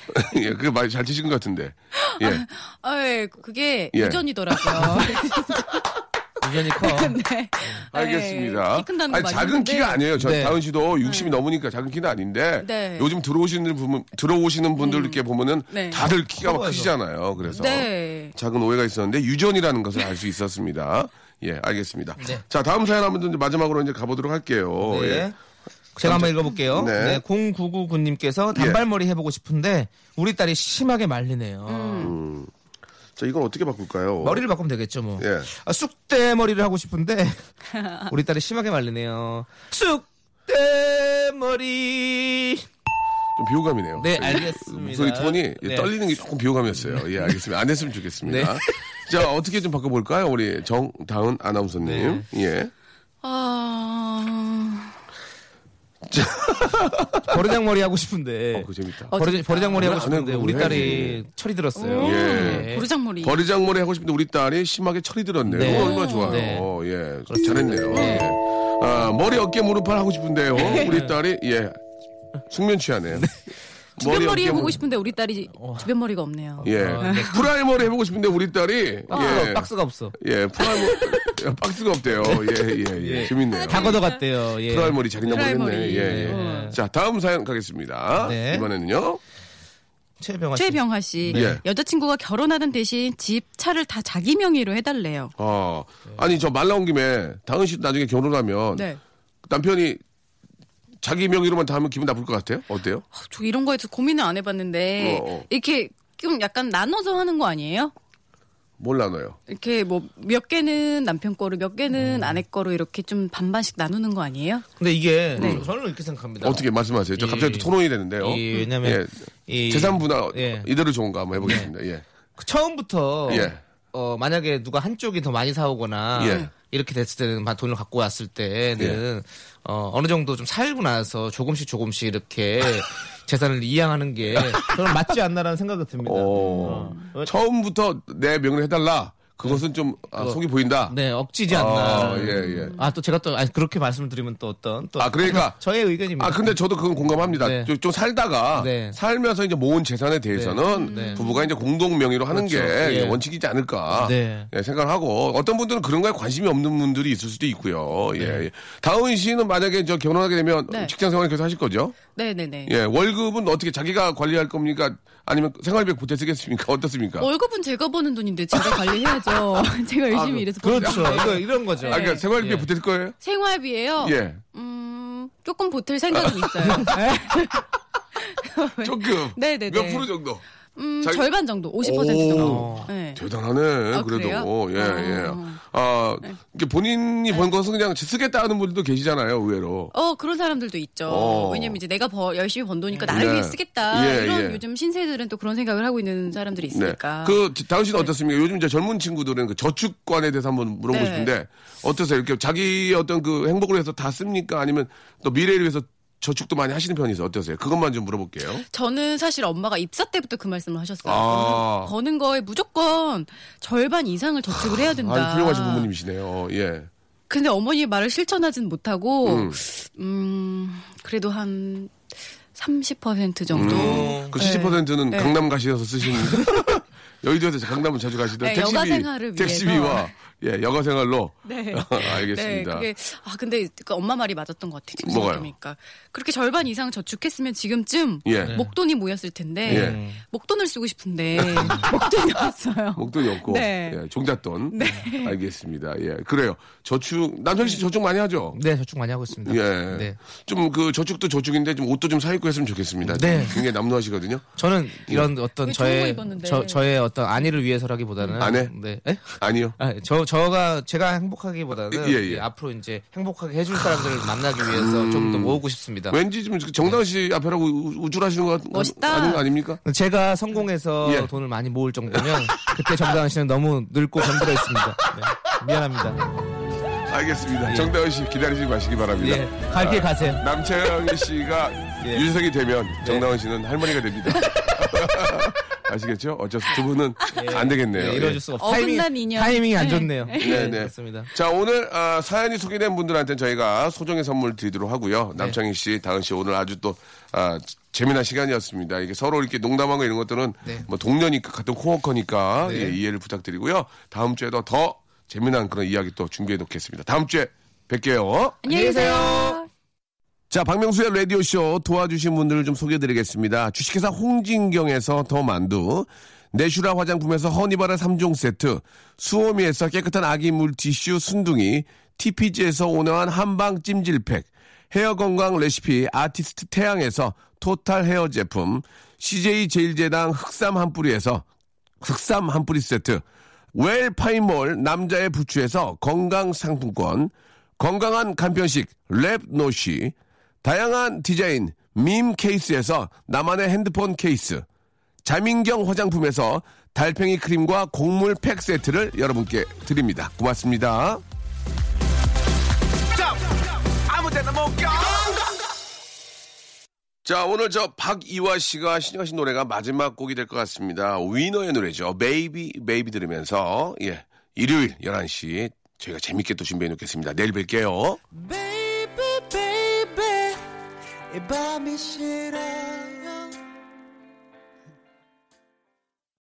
Speaker 2: [laughs] 예, 그게 많이 잘 드신 것 같은데. 예.
Speaker 3: 아, 예, 그게
Speaker 2: 예.
Speaker 3: 유전이더라고요.
Speaker 2: [laughs]
Speaker 5: 예. 유전이 커.
Speaker 3: 네.
Speaker 2: 알겠습니다.
Speaker 3: 예, 키 큰다는 거
Speaker 2: 아니, 작은
Speaker 3: 맞는데.
Speaker 2: 키가 아니에요. 저
Speaker 5: 네.
Speaker 2: 다은 씨도 60이 넘으니까 작은 키는 아닌데
Speaker 3: 네.
Speaker 2: 요즘 들어오시는 분 들어오시는 분들 이렇게 보면은
Speaker 3: 네.
Speaker 2: 다들 키가 막
Speaker 5: 커요.
Speaker 2: 크시잖아요. 그래서
Speaker 3: 네.
Speaker 2: 작은 오해가 있었는데 유전이라는 것을 알 수
Speaker 5: [laughs]
Speaker 2: 있었습니다. 예, 알겠습니다. 자, 다음 사연 한번 이제 마지막으로 이제 가보도록 할게요. [laughs] 예.
Speaker 5: 네. 제가 한번 읽어볼게요.
Speaker 2: 네.
Speaker 5: 네. 0999님께서 단발머리 해보고 싶은데 우리 딸이 심하게 말리네요.
Speaker 2: 자, 이걸 어떻게 바꿀까요?
Speaker 5: 머리를 바꾸면 되겠죠 뭐.
Speaker 2: 예.
Speaker 5: 아, 쑥대 머리를
Speaker 2: [laughs]
Speaker 5: 하고 싶은데 우리 딸이 심하게 말리네요. 쑥대 머리.
Speaker 2: 좀 비호감이네요.
Speaker 5: 네,
Speaker 2: 저희
Speaker 5: 알겠습니다.
Speaker 2: 목소리 톤이 예,
Speaker 5: 네.
Speaker 2: 떨리는 게 조금 비호감이었어요. 예, 알겠습니다. 안 했으면 좋겠습니다.
Speaker 5: 네.
Speaker 2: 자, 어떻게 좀 바꿔볼까요? 우리 정다은 아나운서님.
Speaker 5: 네.
Speaker 2: 예.
Speaker 3: 아,
Speaker 5: 버르장 머리 하고 싶은데.
Speaker 2: 어, 그거 재밌다.
Speaker 3: 어,
Speaker 5: 버르장,
Speaker 3: 재밌다.
Speaker 5: 버르장 머리 하고
Speaker 2: 안
Speaker 5: 싶은데
Speaker 2: 해요,
Speaker 5: 우리
Speaker 2: 그거
Speaker 5: 딸이 철이 들었어요.
Speaker 2: 예.
Speaker 5: 네.
Speaker 3: 보르장머리.
Speaker 2: 버리장머리 하고 싶은데 우리 딸이 심하게 철이 들었네요.
Speaker 5: 네.
Speaker 2: 어, 얼마나 좋아요.
Speaker 5: 네.
Speaker 2: 어, 예.
Speaker 3: 그렇죠.
Speaker 2: 잘했네요. 예. 아, 머리, 어깨, 무릎팔 하고 싶은데요.
Speaker 3: 네.
Speaker 2: 우리 딸이, 예. 숙면 취하네요.
Speaker 3: 주변 머리 해보고
Speaker 2: 무릎-
Speaker 3: 싶은데 아, 우리 딸이 주변 머리가 없네요.
Speaker 2: 예.
Speaker 5: 어, 네.
Speaker 2: 프라이머리 해보고 싶은데 우리 딸이.
Speaker 3: 아,
Speaker 5: 박스가,
Speaker 2: 예.
Speaker 5: 박스가 없어.
Speaker 2: 예, 프라이머. 박스가 없대요. 예, 예, 예.
Speaker 5: 예.
Speaker 2: 재밌네요.
Speaker 5: 다 걷어갔대요. 예.
Speaker 2: 프라이머리 잘했나 모르겠네.
Speaker 3: 프라이머리. 어.
Speaker 2: 예, 예.
Speaker 5: 네.
Speaker 2: 자, 다음 사연 가겠습니다.
Speaker 5: 네.
Speaker 2: 이번에는요.
Speaker 5: 최병아 씨.
Speaker 3: 최병화 씨
Speaker 2: 네.
Speaker 3: 여자친구가 결혼하는 대신 집 차를 다 자기 명의로 해달래요.
Speaker 2: 어, 아니, 저 말 나온 김에, 다은 씨도 나중에 결혼하면
Speaker 3: 네.
Speaker 2: 남편이 자기 명의로만 다 하면 기분 나쁠 것 같아요? 어때요?
Speaker 3: 아, 저 이런 거에 서 고민을 안 해봤는데
Speaker 2: 어, 어.
Speaker 3: 이렇게 좀 약간 나눠서 하는 거 아니에요?
Speaker 2: 뭘 나눠요?
Speaker 3: 이렇게 뭐 몇 개는 남편 거로 몇 개는 아내 거로 이렇게 좀 반반씩 나누는 거 아니에요?
Speaker 5: 근데 이게
Speaker 3: 네.
Speaker 5: 저는 이렇게 생각합니다.
Speaker 2: 어떻게 말씀하세요? 저 갑자기
Speaker 5: 예.
Speaker 2: 또 토론이 되는데요.
Speaker 5: 예, 왜냐면 이-
Speaker 2: 재산 분할
Speaker 5: 예.
Speaker 2: 이대로 좋은가 한번 해보겠습니다. 예.
Speaker 5: 그 처음부터
Speaker 2: 예.
Speaker 5: 어, 만약에 누가 한쪽이 더 많이 사오거나
Speaker 2: 예.
Speaker 5: 이렇게 됐을 때는 막 돈을 갖고 왔을 때는 어, 어느 정도 좀 살고 나서 조금씩 조금씩
Speaker 2: [laughs]
Speaker 5: 이렇게 재산을 이양하는 게 저는 맞지 않나라는 생각이 듭니다.
Speaker 2: 어.
Speaker 5: 어.
Speaker 2: 처음부터 내 명의로 해달라. 그것은 좀 아, 속이 보인다.
Speaker 5: 네, 억지지 않나.
Speaker 2: 아, 예, 예.
Speaker 5: 아, 또 제가 또 아니, 그렇게 말씀을 드리면 또 어떤 또
Speaker 2: 아, 그러니까.
Speaker 5: 저의 의견입니다.
Speaker 2: 아, 근데 저도 그건 공감합니다.
Speaker 5: 네.
Speaker 2: 좀, 좀 살다가
Speaker 5: 네.
Speaker 2: 살면서 이제 모은 재산에 대해서는
Speaker 5: 네.
Speaker 2: 부부가 이제 공동 명의로 하는 게
Speaker 5: 그렇죠. 예.
Speaker 2: 원칙이지 않을까
Speaker 5: 네.
Speaker 2: 예, 생각하고 어떤 분들은 그런 거에 관심이 없는 분들이 있을 수도 있고요.
Speaker 5: 네.
Speaker 2: 예. 다은 씨는 만약에 저 결혼하게 되면
Speaker 3: 네.
Speaker 2: 직장 생활 계속 하실 거죠?
Speaker 3: 네네네.
Speaker 2: 예, 월급은 어떻게 자기가 관리할 겁니까? 아니면 생활비 보태 쓰겠습니까? [laughs] 어떻습니까? 아,
Speaker 3: 월급은 제가 버는 돈인데 제가 관리해야죠. [laughs] 제가 열심히 일해서 버는
Speaker 5: 그렇죠.
Speaker 3: 돈인데.
Speaker 5: 이거 이런 거죠.
Speaker 2: 아, 그러니까 생활비
Speaker 5: 예.
Speaker 2: 보태 쓸 거예요?
Speaker 3: 생활비예요.
Speaker 2: 예,
Speaker 3: 음 조금 보탤 생각은
Speaker 2: [laughs]
Speaker 3: 있어요.
Speaker 2: 조금
Speaker 3: [laughs]
Speaker 2: 네.
Speaker 3: 네네네.
Speaker 2: 몇 프로 정도?
Speaker 3: 음
Speaker 2: 자기-
Speaker 3: 절반 정도, 50%
Speaker 2: 오.
Speaker 3: 정도. 네.
Speaker 2: 대단하네.
Speaker 3: 아, 네.
Speaker 2: 그래도
Speaker 3: 그래요?
Speaker 2: 예 예.
Speaker 3: 어.
Speaker 2: 아 이게 본인이 번 것은 그냥 쓰겠다 하는 분들도 계시잖아요. 의외로.
Speaker 3: 어 그런 사람들도 있죠.
Speaker 2: 어.
Speaker 3: 왜냐면 이제 내가 버, 열심히 번 돈이니까 나를
Speaker 2: 네.
Speaker 3: 위해 쓰겠다.
Speaker 2: 예,
Speaker 3: 이런
Speaker 2: 예.
Speaker 3: 요즘 신세들은 또 그런 생각을 하고 있는 사람들이 있으니까. 네.
Speaker 2: 그 다은 씨는 어떻습니까? 요즘 이제 젊은 친구들은 그 저축관에 대해서 한번 물어보고
Speaker 3: 네.
Speaker 2: 싶은데 어떠세요? 이렇게 자기 어떤 그 행복을 위해서 다 씁니까? 아니면 또 미래를 위해서 저축도 많이 하시는 편이세요? 어떠세요? 그것만 좀 물어볼게요.
Speaker 3: 저는 사실 엄마가 입사 때부터 그 말씀을 하셨어요.
Speaker 2: 아.
Speaker 3: 버는 거에 무조건 절반 이상을 저축을 해야 된다.
Speaker 2: 아, 훌륭하신 부모님이시네요. 예.
Speaker 3: 근데 어머니의 말을 실천하진 못하고
Speaker 2: 음.
Speaker 3: 음, 그래도 한 30% 정도.
Speaker 2: 그
Speaker 3: 네.
Speaker 2: 70%는
Speaker 3: 네.
Speaker 2: 강남 가셔서 쓰시는 [laughs] 여의도에서 강남은 자주 가시던
Speaker 3: 네,
Speaker 2: 택시비,
Speaker 3: 여가 생활을
Speaker 2: 택시비와 예, 여가 생활로
Speaker 3: [laughs] 네. 네,
Speaker 2: [laughs] 알겠습니다.
Speaker 3: 그게 아 근데 그 엄마 말이 맞았던 것 같아요. 지금
Speaker 2: 뭐가요?
Speaker 3: 생각해보니까. 그렇게 절반 이상 저축했으면 지금쯤
Speaker 2: 예.
Speaker 3: 목돈이 모였을 텐데
Speaker 2: 예.
Speaker 3: 목돈을 쓰고 싶은데 [laughs] 목돈이 없어요.
Speaker 2: 목돈이 없고
Speaker 3: 네.
Speaker 2: 예, 종잣돈. 알겠습니다. 예, 그래요. 저축 남편 씨 저축 많이 하죠.
Speaker 5: 네, 저축 많이 하고 있습니다.
Speaker 2: 예.
Speaker 5: 네.
Speaker 2: 좀 그 저축도 저축인데 좀 옷도 좀 사 입고 했으면 좋겠습니다.
Speaker 5: 네.
Speaker 2: 굉장히 남루하시거든요.
Speaker 5: 저는 이런
Speaker 2: 예.
Speaker 5: 어떤
Speaker 3: 왜 좋은 거
Speaker 5: 저의
Speaker 3: 입었는데?
Speaker 5: 저, 저의 어떤 안위를 위해서라기보다는
Speaker 2: 아내?
Speaker 5: 네. 에?
Speaker 2: 아니요.
Speaker 5: 아, 저 저가 제가 행복하기보다는
Speaker 2: 예, 예.
Speaker 5: 이 앞으로 이제 행복하게 해줄 사람들을 만나기 위해서 좀
Speaker 2: 음.
Speaker 5: 더 모으고 싶습니다.
Speaker 2: 왠지 좀그 정다은 씨 앞에라고 우- 우쭐하시는 것 같은
Speaker 3: 멋있다.
Speaker 2: 아닌 거 아닙니까?
Speaker 5: 제가 성공해서
Speaker 2: 예.
Speaker 5: 돈을 많이 모을 정도면 그때 정다은 씨는 너무 늙고 병들어 있습니다. 네. 미안합니다.
Speaker 2: 알겠습니다.
Speaker 5: 네.
Speaker 2: 정다은 씨 기다리지 마시기 바랍니다.
Speaker 5: 예. 갈길
Speaker 2: 아.
Speaker 5: 가세요.
Speaker 2: 남채영 씨가
Speaker 5: 예. 네. [laughs]
Speaker 2: 윤석이 되면 정다은 씨는 할머니가 됩니다. 아시겠죠? 어째서 두 분은 안 되겠네요.
Speaker 5: 네, 이뤄질 수가 없어.
Speaker 3: 어긋난 인연.
Speaker 5: 타이밍이 안
Speaker 3: 네.
Speaker 5: 좋네요.
Speaker 2: 예. 네, 네.
Speaker 5: 그렇습니다.
Speaker 2: 자, 오늘 아, 사연이 소개된 분들한테는 저희가 소정의 선물 드리도록 하고요.
Speaker 5: 네.
Speaker 2: 남창희 씨, 다은 씨 오늘 아주 또 아, 재미난 시간이었습니다. 이게 서로 이렇게 농담하고 이런 것들은
Speaker 5: 네.
Speaker 2: 뭐 동료니까 같은 코워커니까
Speaker 5: 네.
Speaker 2: 예, 이해를 부탁드리고요. 다음 주에도 더 재미난 그런 이야기 또 준비해 놓겠습니다. 다음 주에 뵐게요.
Speaker 3: 안녕히 계세요.
Speaker 2: 자, 박명수의 라디오쇼 도와주신 분들을 좀 소개해드리겠습니다. 주식회사 홍진경에서 더 만두, 내슈라 화장품에서 허니바라 3종 세트, 수오미에서 깨끗한 아기 물티슈 순둥이, TPG에서 온화한 한방 찜질팩, 헤어 건강 레시피 아티스트 태양에서 토탈 헤어 제품, CJ 제일제당 흑삼 한 뿌리에서 흑삼 한 뿌리 세트, 웰파인몰 남자의 부추에서 건강 상품권, 건강한 간편식 랩노시, 다양한 디자인 밈 케이스에서 나만의 핸드폰 케이스, 자민경 화장품에서 달팽이 크림과 곡물 팩 세트를 여러분께 드립니다. 고맙습니다. 자, 오늘 저 박이화 씨가 신청하신 노래가 마지막 곡이 될 것 같습니다. 위너의 노래죠. 베이비, 베이비 들으면서, 예. 일요일 11시 저희가 재밌게 또 준비해 놓겠습니다. 내일 뵐게요.
Speaker 8: Baby, baby, 이 밤이 싫어.